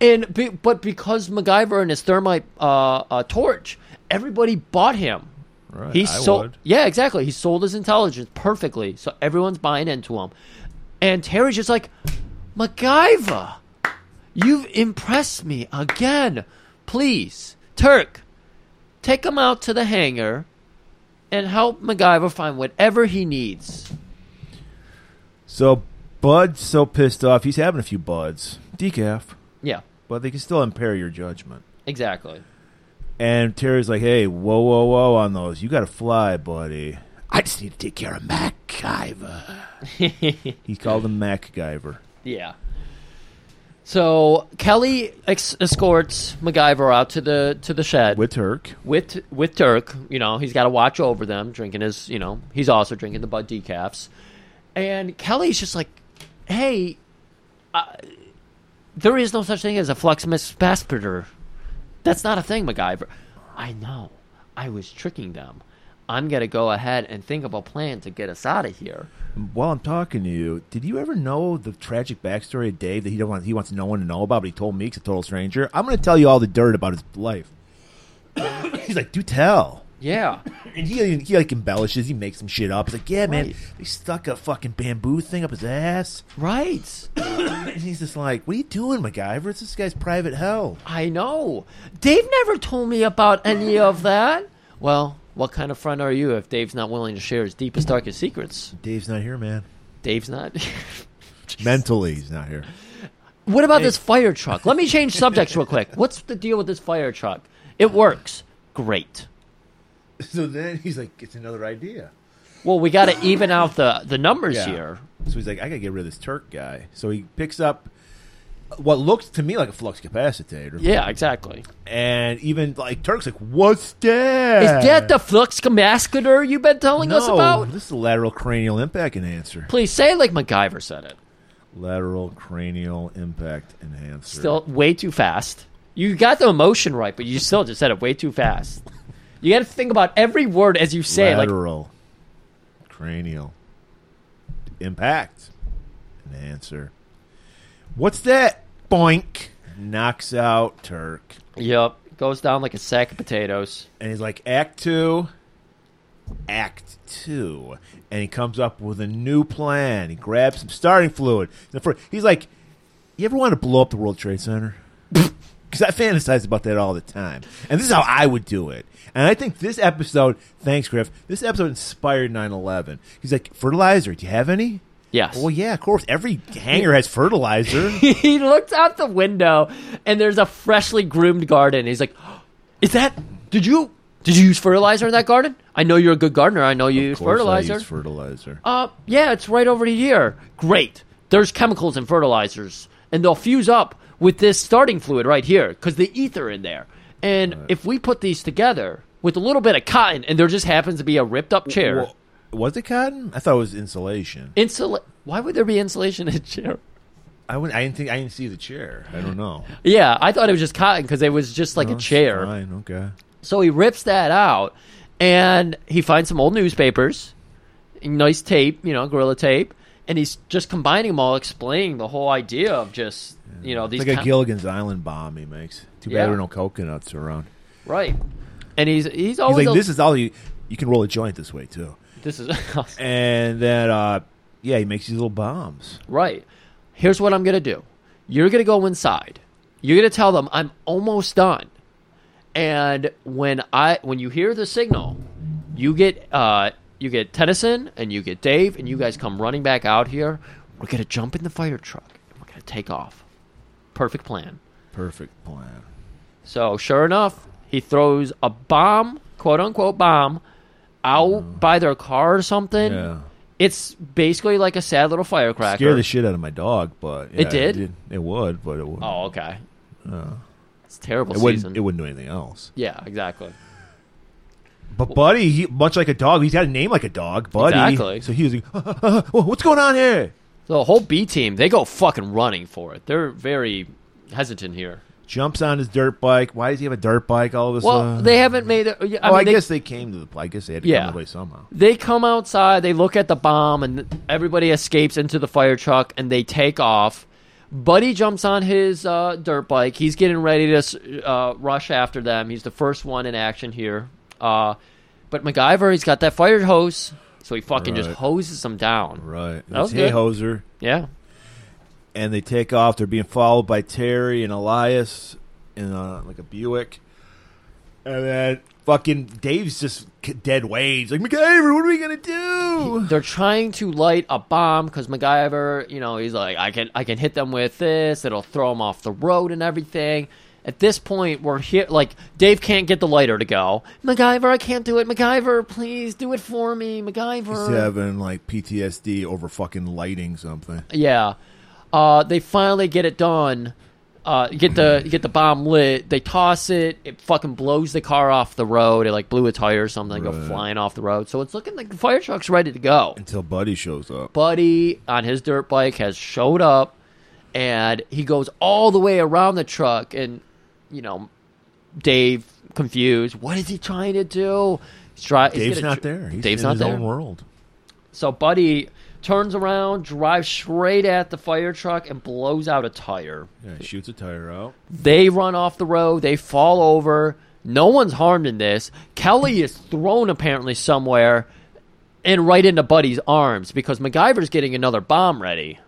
and be, but because MacGyver and his thermite uh, uh, torch, everybody bought him.
Right,
He
I
sold.
would.
Yeah, exactly. He sold his intelligence perfectly, so everyone's buying into him. And Terry's just like, MacGyver, you've impressed me again. Please, Turk, take him out to the hangar and help MacGyver find whatever he needs.
So Bud's so pissed off. He's having a few buds, decaf,
Yeah,
but they can still impair your judgment.
exactly.
And Terry's like, hey, whoa, whoa, whoa on those. You got to fly, buddy. I just need to take care of MacGyver. he called him MacGyver.
Yeah. So Kelly ex- escorts MacGyver out to the to the shed
With Turk.
with with Turk, you know, he's got to watch over them, drinking his, you know, he's also drinking the Bud decafs, and Kelly's just like, "Hey, uh, there is no such thing as a flux mispaspiter. That's not a thing, MacGyver. I know. I was tricking them. I'm gonna go ahead and think of a plan to get us out of here.
While I'm talking to you, did you ever know the tragic backstory of Dave that he don't want he wants no one to know about, but he told me he's a total stranger? I'm going to tell you all the dirt about his life. he's like, do tell.
Yeah,
And he, he like embellishes. He makes some shit up. He's like, yeah, man,
Right.
they stuck a fucking bamboo thing up his ass.
right.
And he's just like, what are you doing, MacGyver? It's this guy's private hell.
I know. Dave never told me about any of that. Well." What kind of friend are you if Dave's not willing to share his deepest, darkest secrets?
Dave's not here, man.
Dave's not.
Mentally, he's not here.
what about this fire truck? Let me change subjects real quick. What's the deal with this fire truck? It works. Great.
So then he's like, it's another idea.
Well, we got to even out the, the numbers
Yeah.
here.
So he's like, I gotta get rid of this Turk guy. So he picks up what looks to me like a flux capacitor.
Yeah, exactly.
And even like Turk's like, what's that?
Is that the flux capacitor you've been telling
no,
us about?
This is a lateral cranial impact enhancer.
Please say it like MacGyver said it.
Lateral cranial impact enhancer.
Still way too fast. You got the emotion right, but you still just said it way too fast. You got to think about every word as you say. it, Like
lateral cranial impact enhancer. What's that? Boink knocks out Turk,
Yep. Goes down like a sack of potatoes.
and he's like, Act two, Act two, and he comes up with a new plan. He grabs some starting fluid. The fir- He's like, You ever want to blow up the World Trade Center? Because I fantasize about that all the time. And this is how I would do it. And I think this episode, thanks, Griff, this episode inspired 9 11. He's like, fertilizer, do you have any?
Yes.
Well, yeah, of course. Every hangar has fertilizer.
he looks out the window and there's a freshly groomed garden. He's like, "Is that? Did you did you use fertilizer in that garden? I know you're a good gardener. I know you
Of
use
course I
fertilizer.
use fertilizer.
uh, yeah, it's right over here. Great. There's chemicals and fertilizers, and they'll fuse up with this starting fluid right here because the ether in there. And if we put these together with a little bit of cotton, and there just happens to be a ripped up chair,
Well, was it cotton? I thought it was insulation.
insula. Why would there be insulation in a chair?
I, wouldn't, I didn't think I didn't see the chair. I don't know.
Yeah, I thought it was just cotton because it was just like a
Oh, That's
chair.
Fine, okay.
So he rips that out and he finds some old newspapers, nice tape, you know, gorilla tape, and he's just combining them all, explaining the whole idea of just, you know, these
It's like a
co-
Gilligan's Island bomb he makes. Too bad
Yeah.
there are no coconuts around.
right. And he's he's
He's
always
like,
a-
this is all you. You can roll a joint this way too.
this is
And then, uh, yeah, he makes these little bombs.
right. Here's what I'm gonna do. You're gonna go inside. You're gonna tell them I'm almost done. And when I when you hear the signal, you get uh you get Tennyson and you get Dave and you guys come running back out here. We're gonna jump in the fire truck and we're gonna take off. Perfect plan.
Perfect plan.
So sure enough, he throws a bomb, quote unquote bomb, out by their car or something.
Mm. Yeah.
It's basically like a sad little firecracker.
Scared the shit out of my dog, but yeah,
did?
It, it would, but it would.
oh, okay. It's a terrible
it wouldn't.
season.
It wouldn't do anything else.
yeah, exactly.
But Buddy, he, much like a dog, he's got a name like a dog, Buddy.
Exactly.
So he was like, "Whoa, "What's going on here?"
So the whole B team, they go fucking running for it. They're very hesitant here.
Jumps on his dirt bike. Why does he have a dirt bike all of a
Well,
sudden?
they haven't made it. I, mean,
oh, I
they,
guess they came to the. I guess they had to
Yeah.
come to the place somehow.
they come outside, they look at the bomb, and everybody escapes into the fire truck and they take off. Buddy jumps on his uh, dirt bike. He's getting ready to s- uh, rush after them. He's the first one in action here. Uh, but MacGyver, he's got that fire hose, so he fucking just
Right.
hoses them down.
Right.
That was
It's, hey,
good.
hoser.
Yeah.
and they take off. They're being followed by Terry and Elias in uh like a Buick, and then fucking Dave's just c- dead weight. He's like McIver, what are we gonna do?
They're trying to light a bomb because MacGyver, you know, he's like, I can, I can hit them with this. It'll throw them off the road and everything. At this point, we're here. Like Dave can't get the lighter to go. MacGyver, I can't do it. MacGyver, please do it for me.
He's
MacGyver.
having like PTSD over fucking lighting something.
Yeah. Uh, they finally get it done. Uh, get the get the bomb lit. They toss it. It fucking blows the car off the road. It like blew a tire or something. Go
Right.
flying off the road. So it's looking like the fire truck's ready to go.
Until Buddy shows up.
Buddy on his dirt bike has showed up, and he goes all the way around the truck. And you know, Dave confused. What is he trying to do? He's try- he's
Dave's
gonna
not
tr-
there. He's
Dave's
in
not
his
there.
own world.
So Buddy turns around, drives straight at the fire truck, and blows out a tire.
Yeah, he shoots a tire out.
They run off the road. They fall over. No one's harmed in this. Kelly is thrown apparently somewhere and right into Buddy's arms because MacGyver's getting another bomb ready.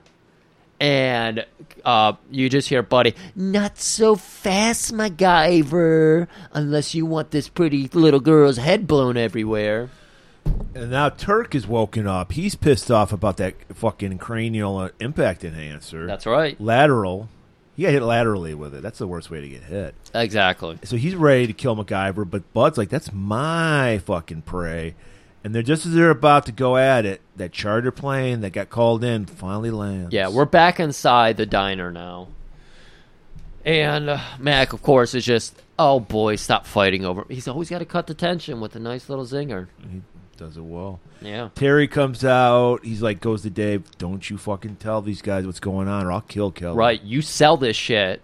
And uh, you just hear Buddy, not so fast, MacGyver, unless you want this pretty little girl's head blown everywhere.
And now Turk is woken up. He's pissed off about that fucking cranial uh, impact enhancer.
That's right.
lateral. He got hit laterally with it. That's the worst way to get hit.
Exactly.
So he's ready to kill MacGyver, but Bud's like, "That's my fucking prey." And they're just as they're about to go at it, that charter plane that got called in finally lands.
Yeah, we're back inside the diner now. And uh, Mac, of course, is just, oh boy, stop fighting over. He's always got to cut the tension with a nice little zinger.
he does it well.
Yeah.
Terry comes out. He's like, goes to Dave, "Don't you fucking tell these guys what's going on, or I'll kill Kelly."
Right, you sell this shit.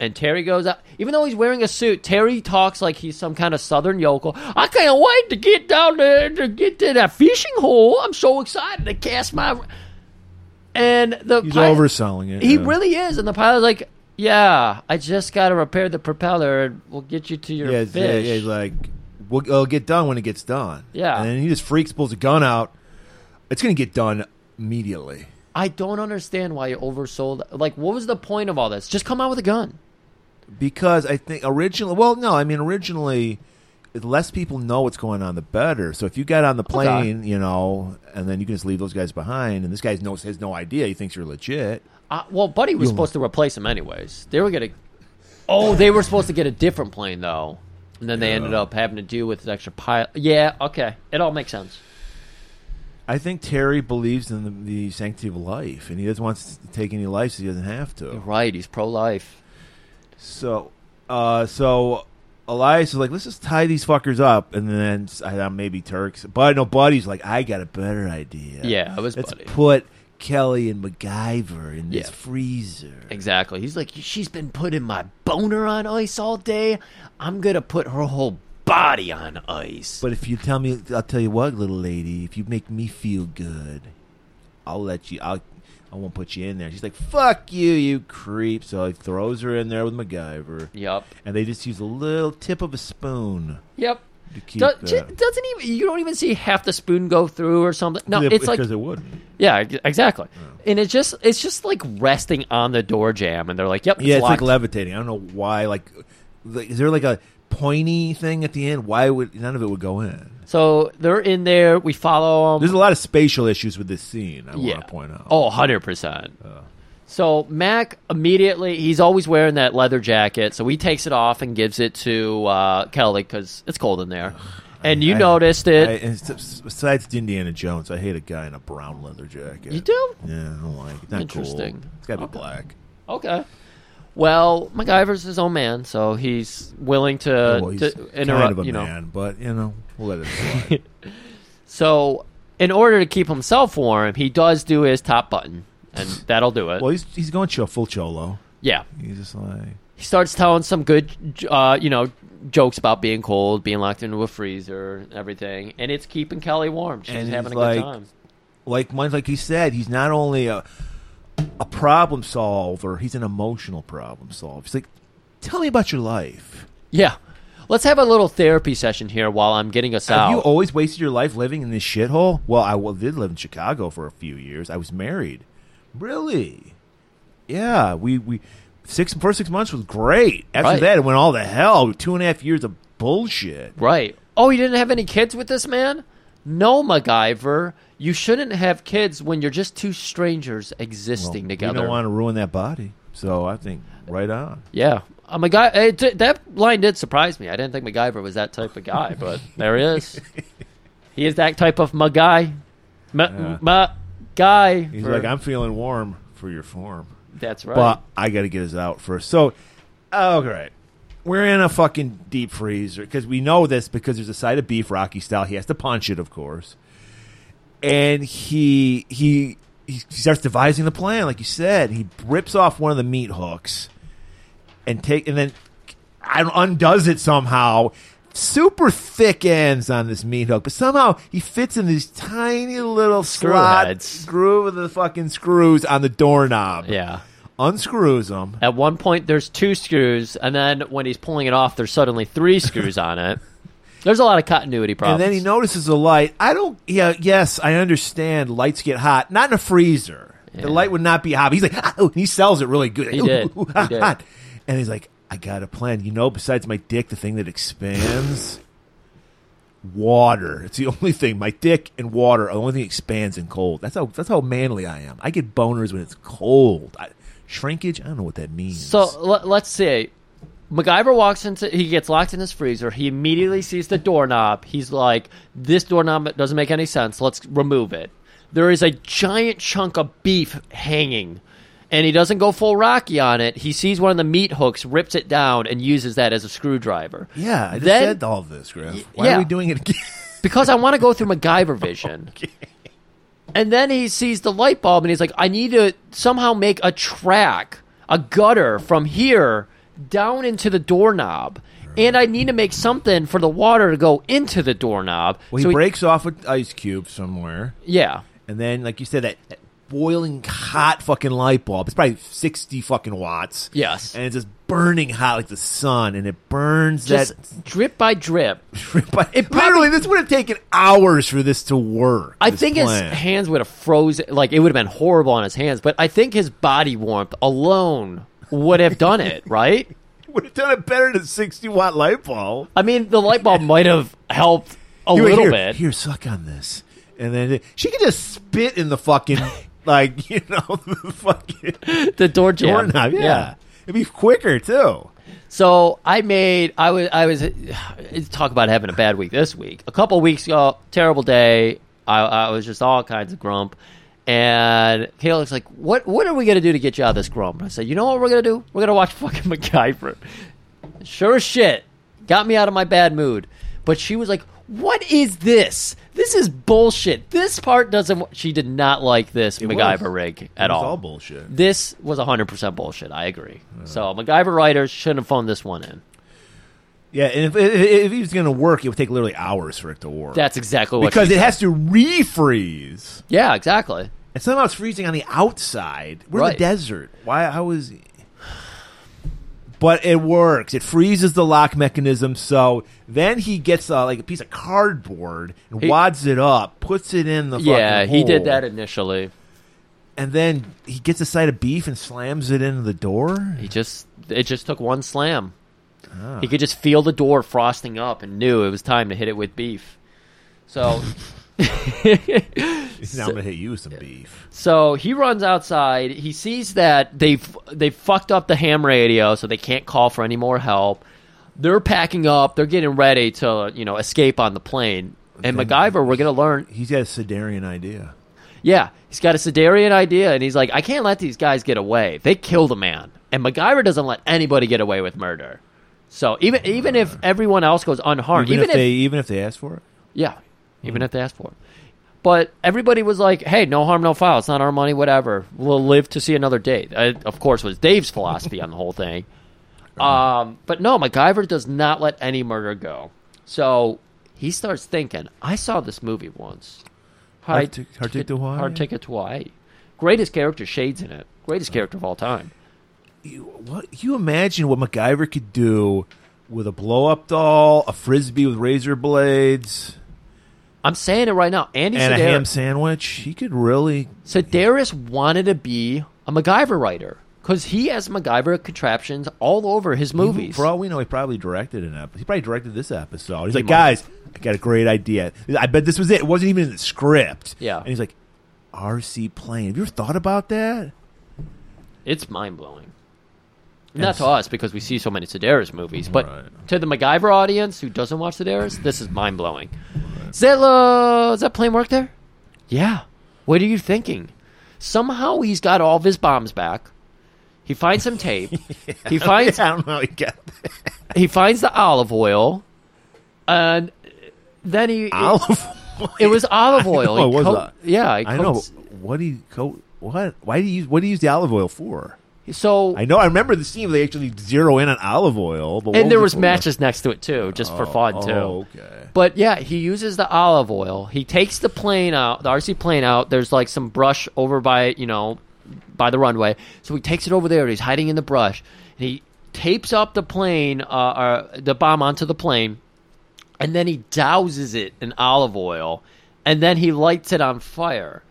And Terry goes out. Even though he's wearing a suit, Terry talks like he's some kind of southern yokel. I can't wait to get down there to get to that fishing hole. I'm so excited to cast my. And the
He's
pi-
overselling it.
He
yeah.
really is. And the pilot's like, yeah, I just got to repair the propeller and we'll get you to your
Yeah, it's-
fish.
yeah, yeah, he's like, we'll, it'll get done when it gets done.
Yeah.
And then he just freaks, pulls a gun out. It's going to get done immediately.
I don't understand why you oversold. Like, what was the point of all this? Just come out with a gun.
Because I think originally, well, no, I mean, originally, the less people know what's going on, the better. So if you got on the plane, you know, and then you can just leave those guys behind, and this guy knows, has no idea. He thinks you're legit.
I, Uh, well, Buddy was supposed to replace him anyways. They were gonna. Oh, they were supposed to get a different plane though, and then they ended up having to deal with an extra pilot. Yeah, okay, it all makes sense.
I think Terry believes in the, the sanctity of life, and he doesn't want to take any lives if he doesn't have to.
Right, he's pro life.
So, uh, so Elias is like, let's just tie these fuckers up, and then I thought maybe Turks, but no, Buddy's like, I got a better idea.
Yeah, it was
let's
Buddy.
put Kelly and MacGyver in this
Yeah.
freezer.
Exactly. He's like, she's been putting my boner on ice all day. I'm gonna put her whole body on ice.
But if you tell me, I'll tell you what, little lady, if you make me feel good, I'll let you. I'll. I won't put you in there. She's like, "Fuck you, you creep!" So he throws her in there with MacGyver,
yep.
and they just use a little tip of a spoon
Yep.
to keep.
Do,
uh,
ju- doesn't even you don't even see half the spoon go through or something. No,
if-
it's like
because it Oh. would.
Yeah, ex- exactly. And it's just it's just like resting on the door jam, and they're like, "Yep,
Yeah, it's like
locked.
levitating. I don't know why. Like, like, is there like a pointy thing at the end? Why would none of it would go in?
so they're in there. We follow them.
There's a lot of spatial issues with this scene. I
yeah.
want to point out.
Oh, 100 percent. So Mac immediately he's always wearing that leather jacket, so he takes it off and gives it to uh, Kelly because it's cold in there. And you
I-
noticed it.
I, and s- besides Indiana Jones, I hate a guy in a brown leather jacket.
you do
Yeah, I don't like it. Not
Interesting.
Cool. It's got to be black.
okay. Well, MacGyver's his own man, so he's willing to,
well, he's
Uh, to interrupt.
kind of a
you know,
man, but you know, we'll let it slide.
So, in order to keep himself warm, he does do his top button, and that'll do it.
well, he's he's going cho- full cholo.
yeah,
He's just like
he starts telling some good, uh, you know, jokes about being cold, being locked into a freezer, and everything, and it's keeping Kelly warm. She's
And he's
having a
like-
good time.
like mine's like he said, he's not only a a problem solver, he's an emotional problem solver. He's like, tell me about your life.
Yeah, let's have a little therapy session here while I'm getting us
Have
out.
you always wasted your life living in this shithole? Well, I w- did live in Chicago for a few years. I was married. Really? Yeah. We we six first six months was great. After
Right.
that, it went all to hell. Two and a half years of bullshit.
right? Oh, you didn't have any kids with this man? No, MacGyver. You shouldn't have kids when you're just two strangers existing
Well,
together.
We don't want to ruin that body, so I think right on.
Yeah. Uh, MacGy- it, di- that line did surprise me. I didn't think MacGyver was that type of guy, but there he is. He is that type of MacGy. Ma-
Yeah.
ma- guy.
He's
for-
like, I'm feeling warm for your form,
That's right.
but I got to get us out first. So, oh, great. We're in a fucking deep freezer because we know this because there's a side of beef, Rocky style. He has to punch it, of course, and he he he starts devising the plan, like you said. He rips off one of the meat hooks and take and then I don't- undoes it somehow. Super thick ends on this meat hook, but somehow he fits in these tiny little
Screw
slot
heads.
groove of the fucking screws on the doorknob.
yeah.
Unscrews them.
At one point, there's two screws, and then when he's pulling it off, there's suddenly three screws on it. There's a lot of continuity
And
problems.
then he notices a light. I don't. Yeah. Yes, I understand. Lights get hot. Not in a freezer.
Yeah.
The light would not be hot. He's like, "Ah," oh, he sells it really good.
He did.
Ooh, ooh,
He
hot,
did.
hot. And he's like, I got a plan. You know, besides my dick, the thing that expands, water. It's the only thing. My dick and water are the only thing that expands in cold. That's how. That's how manly I am. I get boners when it's cold. I, shrinkage. I don't know what that means.
So l- let's see. MacGyver walks into, he gets locked in his freezer. He immediately sees the doorknob. He's like, this doorknob doesn't make any sense. Let's remove it. There is a giant chunk of beef hanging, and he doesn't go full Rocky on it. He sees one of the meat hooks, rips it down, and uses that as a screwdriver.
yeah, I just
Then-
said all this, Griff. Why
yeah.
are we doing it again?
because I want to go through MacGyver vision. And then he sees the light bulb and he's like, I need to somehow make a track, a gutter from here down into the doorknob. And I need to make something for the water to go into the doorknob.
Well, he
So he-
breaks off an ice cube somewhere.
yeah.
And then, like you said, that, that boiling hot fucking light bulb. It's probably sixty fucking watts.
Yes.
And it's just burning hot like the sun, and it burns
Just
that.
drip by drip.
But it literally, this would have taken hours for this to work.
I
this
think
plan.
his hands would have frozen. Like, it would have been horrible on his hands, but I think his body warmth alone would have done it, right?
would have done it better than sixty watt light bulb.
I mean, the light bulb might have helped a
He went,
little
here,
bit.
Here, suck on this, and then it- she could just spit in the fucking like you know the fucking
the door jam.
doorknob. Yeah. it'd be quicker too.
So I made. I was. I was. Talk about having a bad week this week. A couple weeks ago, terrible day. I, I was just all kinds of grump. And Caleb's like, "What? What are we gonna do to get you out of this grump?" And I said, "You know what we're gonna do? We're gonna watch fucking MacGyver." Sure as shit, got me out of my bad mood. But she was like, "What is this? This is bullshit. This part doesn't." w-" She did not like this
was.
MacGyver rig at
It was
all.
all bullshit.
This was 100% bullshit. I agree. So MacGyver writers shouldn't have phoned this one in.
Yeah, and if, if, if he was going to work, it would take literally hours for it to work.
That's exactly what.
because
she-
it has to refreeze,
yeah, exactly.
and somehow it's freezing on the outside. We're in
Right.
the desert. Why? How is? But it works. It freezes the lock mechanism. So then he gets uh, like a piece of cardboard and
He-
wads it up, puts it in the
Yeah,
fucking
he did
hole,
that initially.
and then he gets a side of beef and slams it into the door.
He just it just took one slam.
Ah.
He could just feel the door frosting up and knew it was time to hit it with beef. So
Now I'm gonna hit you with some beef.
So he runs outside. He sees that they've they fucked up the ham radio, so they can't call for any more help. They're packing up. They're getting ready to you know escape on the plane. And
Then-
MacGyver, we're gonna learn.
He's got a Sidarian idea.
Yeah, he's got a Sidarian idea, and he's like, I can't let these guys get away. They killed a man, and MacGyver doesn't let anybody get away with murder. So even even if everyone else goes unharmed,
Even, if, they even if they ask for it.
yeah,
Hmm.
even if they asked for it. But everybody was like, "Hey, no harm, no foul. It's not our money, whatever. We'll live to see another day." I, of course, was Dave's philosophy on the whole thing.
Uh-huh.
Um, but no, MacGyver does not let any murder go. So he starts thinking, "I saw this movie once.
Hard Tic- Hard Ticket to Hawaii?
Hard Ticket to Hawaii. Greatest character, Shades in it.
Uh-huh.
Greatest character of all time.
you, what you imagine what MacGyver could do with a blow up doll, a frisbee with razor blades,
I'm saying it right now. Andy
and a
Sedaris-
ham sandwich. He could really.
Sedaris wanted to be a MacGyver writer because he has MacGyver contraptions all over
Mm-hmm.
his movies.
For all we know, he probably directed an episode. He probably directed this episode. He's like,
might.
guys, I got a great idea. I bet this was it. It wasn't even in the script.
Yeah.
And he's like, RC plane. Have you ever thought about that?
It's mind blowing. Not to us because we see so many Sedaris movies, but
Right.
to the MacGyver audience who doesn't watch Sedaris, this is mind blowing. Is that, uh, is that plane work there? Yeah. What are you thinking? Somehow he's got all of his bombs back. He finds some tape. He finds
I don't know. how he got that.
he finds the olive oil, and then he
olive.
it was olive oil.
know,
He
it was
coat-
a-
yeah, he
I know.
coats-
What do you co- What? Why do you? What do you use the olive oil for?
So
I know. I remember the scene where they actually zero in on olive oil. But what
and there
it
was
for?
matches next to it too, just for fun too.
Oh, okay.
But yeah, he uses the olive oil. He takes the plane out, the RC plane out. There's like some brush over by, you know, by the runway. So he takes it over there. He's hiding in the brush. And he tapes up the plane, uh, uh, the bomb onto the plane, and then he douses it in olive oil, and then he lights it on fire.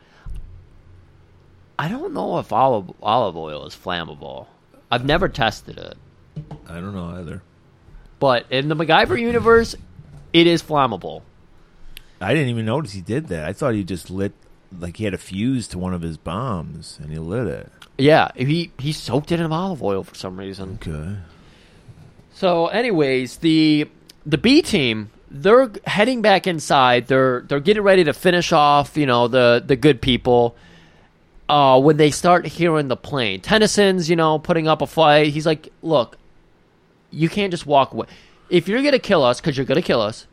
I don't know if olive olive oil is flammable. I've never tested it.
I don't know either.
But in the MacGyver universe, it is flammable.
I didn't even notice he did that. I thought he just lit like he had a fuse to one of his bombs and he lit it.
Yeah, he he soaked it in olive oil for some reason.
Okay.
So, anyways, the the B team they're heading back inside. They're they're getting ready to finish off, you know, the the good people. Uh, when they start hearing the plane, Tennyson's you know putting up a fight. He's like, "Look, you can't just walk away. If you're gonna kill us, because you're gonna kill us,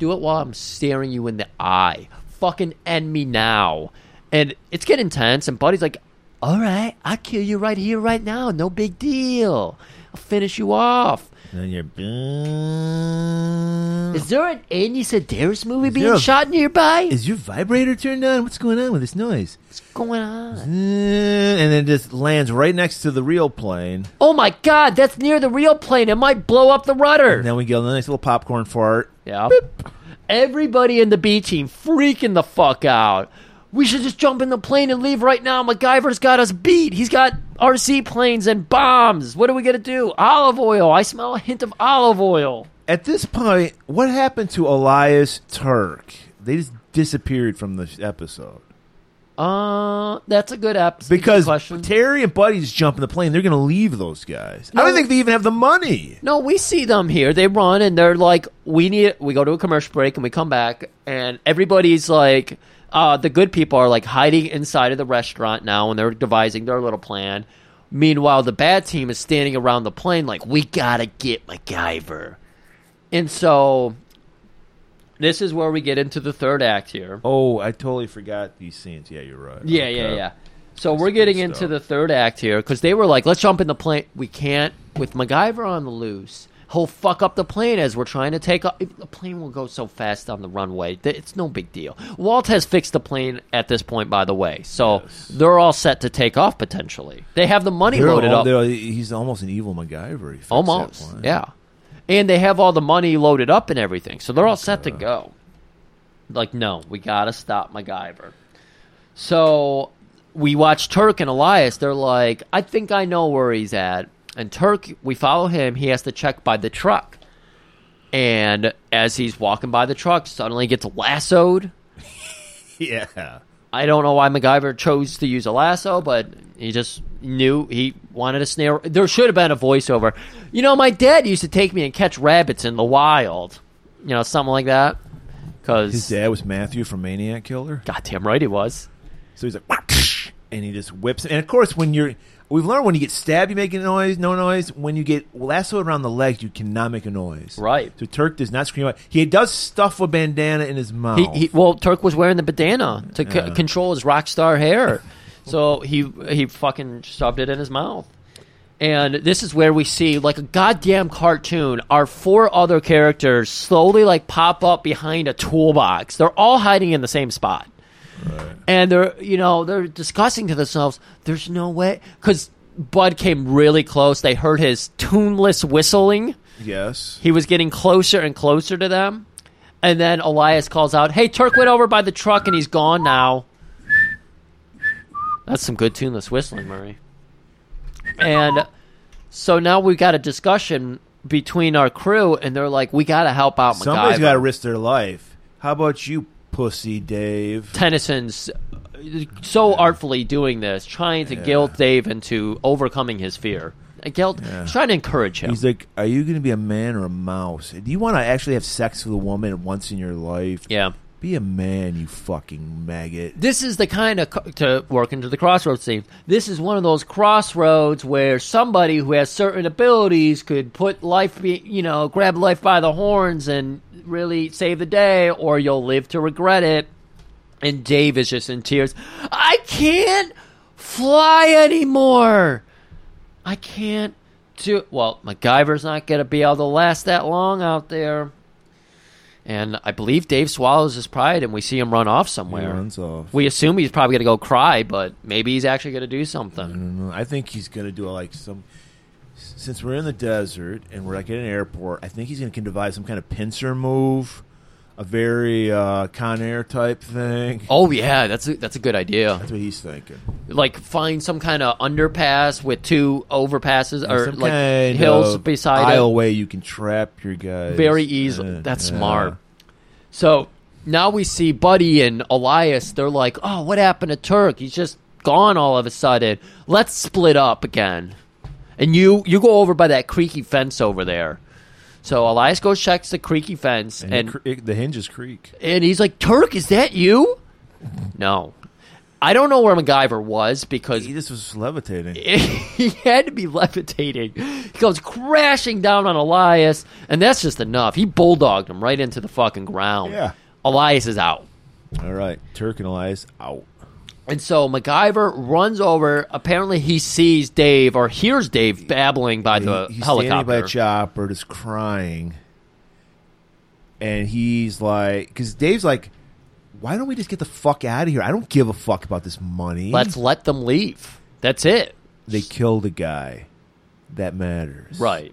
do it while I'm staring you in the eye. Fucking end me now. And it's getting tense, and Buddy's like, all right, I'll kill you right here, right now. No big deal. I'll finish you off.
Then you're.
Is there an Andy Sedaris movie being
there a-
shot nearby?
Is your vibrator turned on? What's going on with this noise?
What's going on?
And then just lands right next to the real plane.
Oh my god, that's near the real plane. It might blow up the rudder.
And then we get a nice little popcorn fart.
Yeah. Everybody in the B team freaking the fuck out. We should just jump in the plane and leave right now. MacGyver's got us beat. He's got RC planes and bombs. What are we gonna do? Olive oil. I smell a hint of olive oil.
At this point, what happened to Elias Turk? They just disappeared from this episode.
Uh, that's a good app.
Because
question.
Terry and Buddy just jump in the plane. They're going to leave those guys. I
No.
don't think they even have the money.
no, we see them here. They run and they're like, we need. We go to a commercial break and we come back and everybody's like, uh, the good people are like hiding inside of the restaurant now and they're devising their little plan. Meanwhile, the bad team is standing around the plane like, we gotta get MacGyver. And so, this is where we get into the third act here.
Oh, I totally forgot these scenes. Yeah, you're right.
Yeah,
Okay.
yeah, yeah. So we're getting into
uh, stuff.
the third act here because they were like, "Let's jump in the plane." We can't with MacGyver on the loose. He'll fuck up the plane as we're trying to take off. The plane will go so fast on the runway that it's no big deal. Walt has fixed the plane at this point, by the way, so they're all set to take off potentially. They have the money
They're
loaded
all-
up,
they're- He's almost an evil MacGyver. He fixed that
almost,
plane.
yeah. And they have all the money loaded up and everything, so they're all set to go. Like, no, we gotta stop MacGyver. So we watch Turk and Elias. They're like, I think I know where he's at. And Turk, we follow him. He has to check by the truck. And as he's walking by the truck, suddenly gets lassoed.
Yeah.
I don't know why MacGyver chose to use a lasso, but he just knew he wanted a snare. There should have been a voiceover. You know, my dad used to take me and catch rabbits in the wild. You know, something like that.
His
Because
dad was Matthew from Maniac Killer.
goddamn right he was.
So he's like, "Wah, psh," and he just whips. And of course, when you're, we've learned when you get stabbed, you make a noise, no noise. When you get lassoed around the legs, you cannot make a noise.
Right.
So Turk does not scream out. He does stuff a bandana in his mouth.
He, he well, Turk was wearing the bandana to c-
Yeah.
control his rock star hair, so he he fucking shoved it in his mouth. And this is where we see, like a goddamn cartoon, our four other characters slowly like pop up behind a toolbox. They're all hiding in the same spot, and they're you know they're discussing to themselves, "There's no way," because Bud came really close. They heard his tuneless whistling.
yes.
He was getting closer and closer to them. And then Elias calls out, Hey, Turk went over by the truck and he's gone now. That's some good tuneless whistling, Murray. And so now we got a discussion between our crew, and they're like, We got to help out
Somebody's
MacGyver.
got to risk their life. How about you, pussy Dave?
Tennyson's uh, so artfully doing this, trying to guilt Dave into overcoming his fear I guilt, trying to encourage him.
He's like, "Are you going to be a man or a mouse? Do you want to actually have sex with a woman once in your life?
yeah.
Be a man, you fucking maggot."
This is the kind of co- to work into the crossroads theme. This is one of those crossroads where somebody who has certain abilities could put life, be, you know, grab life by the horns and really save the day, or you'll live to regret it. And Dave is just in tears. I can't fly anymore. I can't do. Well, MacGyver's not going to be able to last that long out there. And I believe Dave swallows his pride, and we see him run off
He
somewhere.
runs off.
We assume he's probably going to go cry, but maybe he's actually going to do something.
Mm, I think he's going to do like some. Since we're in the desert and we're like at an airport, I think he's going to devise some kind of pincer move, a very uh, Con Air type thing.
Oh yeah, that's a, that's a good idea.
That's what he's thinking.
Like find some kind of underpass with two overpasses or
some
like
kind
hills
of
beside it.
aisle way you can trap your guys
very easily.
Yeah,
That's
yeah.
smart. So now we see Buddy and Elias. They're like, "Oh, what happened to Turk? He's just gone all of a sudden. Let's split up again." And you you go over by that creaky fence over there. So Elias goes checks the creaky fence,
And,
and
it
and,
cr- it- the hinges creak.
he's like, "Turk, is that you?" No, I don't know where MacGyver was because
He just was levitating.
he had to be levitating. He goes crashing down on Elias, and that's just enough. He bulldogged him right into the fucking ground.
Yeah.
Elias is out.
All right, Turk and Elias out.
And so MacGyver runs over. Apparently, he sees Dave or hears Dave babbling by the
He- he's standing
helicopter.
by a chopper, just crying, and he's like, because Dave's like, why don't we just get the fuck out of here? I don't give a fuck about this money.
Let's let them leave. That's it.
they killed a guy. That matters,
Right.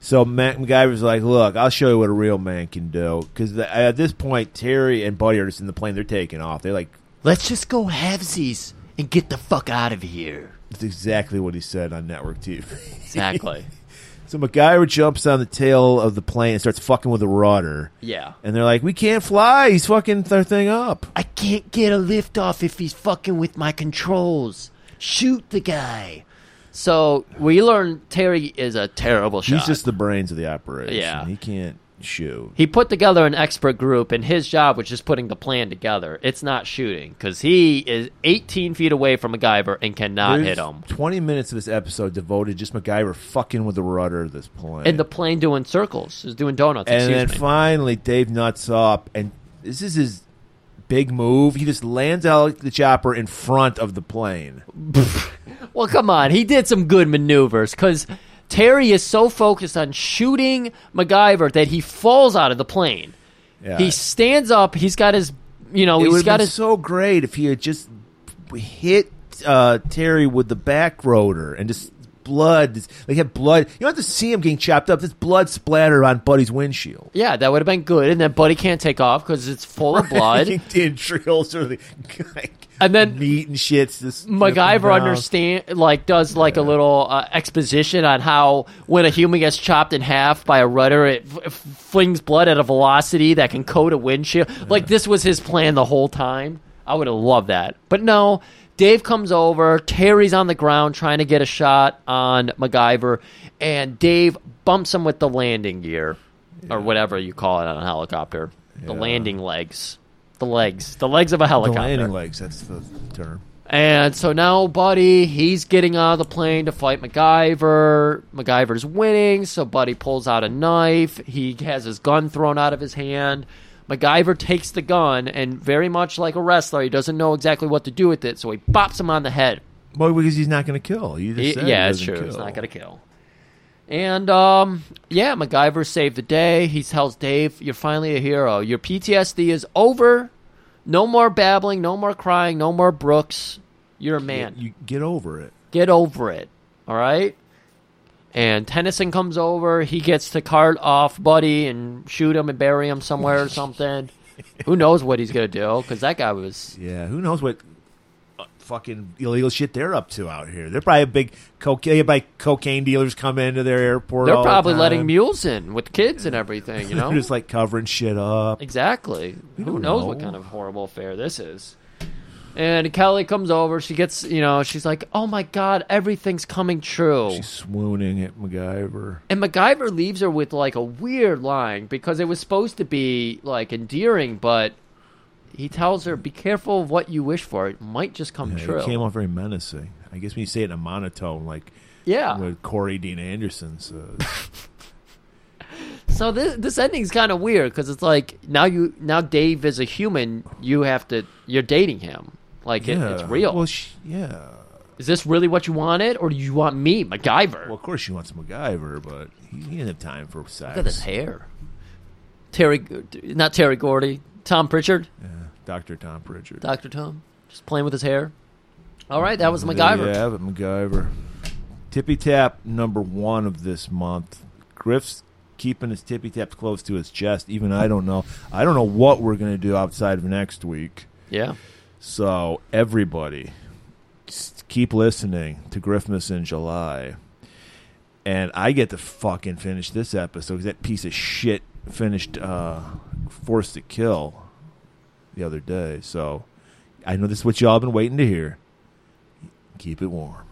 So Matt MacGyver's like, "Look, I'll show you what a real man can do." Because at this point, Terry and Buddy are just in the plane. They're taking off. They're like,
Let's just go halvesies and get the fuck out of here.
"That's exactly what he said on network TV."
Exactly.
so MacGyver jumps on the tail of the plane and starts fucking with the rudder.
yeah.
And they're like, "We can't fly. He's fucking their thing up."
I can't get a lift off if he's fucking with my controls. Shoot the guy. So we learn Terry is a terrible shot.
He's just the brains of the operation.
Yeah.
he can't shoot.
he put together an expert group, and his job was just putting the plan together. It's not shooting because he is 18 feet away from MacGyver and cannot hit
There's
him.
Twenty minutes of this episode devoted just MacGyver fucking with the rudder of this plane.
And the plane doing circles, is doing donuts.
And
excuse
then
me.
finally, Dave nuts up, and this is his big move. He just lands out the chopper in front of the plane.
Well, come on. He did some good maneuvers because Terry is so focused on shooting MacGyver that he falls out of the plane.
Yeah.
He stands up. He's got his, you know,
it would
he's
have
got
been
his.
so great if he had just hit uh, Terry with the back rotor and just blood. They had blood. You don't have to see him getting chopped up. This blood splattered on Buddy's windshield.
yeah, that would have been good. And then Buddy can't take off because it's full of blood.
entrails or the like,
And then
meat and shits. This
MacGyver understand like does like a little uh, exposition on how when a human gets chopped in half by a rudder, it f- f- flings blood at a velocity that can coat a windshield. Like this was his plan the whole time. I would have loved that, but no. Dave comes over. Terry's on the ground trying to get a shot on MacGyver, and Dave bumps him with the landing gear, or whatever you call it on a helicopter. The
Yeah.
landing legs, the legs, the legs of a helicopter.
landing legs. That's the term.
And so now, Buddy, he's getting out of the plane to fight MacGyver. MacGyver's winning, so Buddy pulls out a knife. He has his gun thrown out of his hand. MacGyver takes the gun, and very much like a wrestler, he doesn't know exactly what to do with it, so he bops him on the head.
Well, because he's not going to kill. You just
He-
said he
yeah, it's
doesn't
true. It's
kill.
not going to kill. And um, yeah, MacGyver saved the day. He tells Dave, "You're finally a hero. Your PTSD is over. No more babbling. No more crying. No more Brooks. You're a man.
You get over it.
Get over it. All right." And Tennyson comes over. He gets to cart off Buddy and shoot him and bury him somewhere or something. Who knows what he's gonna do? Because that guy was
Yeah, who knows what uh, fucking illegal shit they're up to out here? They're probably a big cocaine. By cocaine dealers come into their airport.
they're
all the
probably
time.
letting mules in with kids and everything. You know,
They're just like covering shit up.
Exactly. Who
don't
knows what
know.
kind of horrible affair this is? And Kelly comes over. She gets, you know, she's like, "Oh my god, everything's coming true."
She's swooning at MacGyver.
And MacGyver leaves her with like a weird line because it was supposed to be like endearing, but he tells her, "Be careful of what you wish for; it might just come
Yeah,
true."
It came off very menacing. I guess when you say it in a monotone, like
yeah.
what Corey Dean Anderson says.
So this this ending's kind of weird because it's like now you now Dave is a human. You have to you're dating him. Like it, it's
Yeah.
real.
Well, she, yeah.
is this really what you wanted, or do you want me, MacGyver?
Well, of course she wants MacGyver, but he he didn't have time for sex.
Look at his hair. Terry, not Terry Gordy, Tom Pritchard,
Doctor Tom Pritchard.
Doctor Tom, just playing with his hair. All right, that was MacGyver.
Yeah, but MacGyver. Tippy tap number one of this month. Griff's keeping his tippy taps close to his chest. Even I don't know. I don't know what we're gonna do outside of next week.
Yeah.
So everybody, just keep listening to Griffmas in July, and I get to fucking finish this episode because that piece of shit finished uh, Forced to Kill the other day. So I know this is what y'all been waiting to hear. Keep it warm.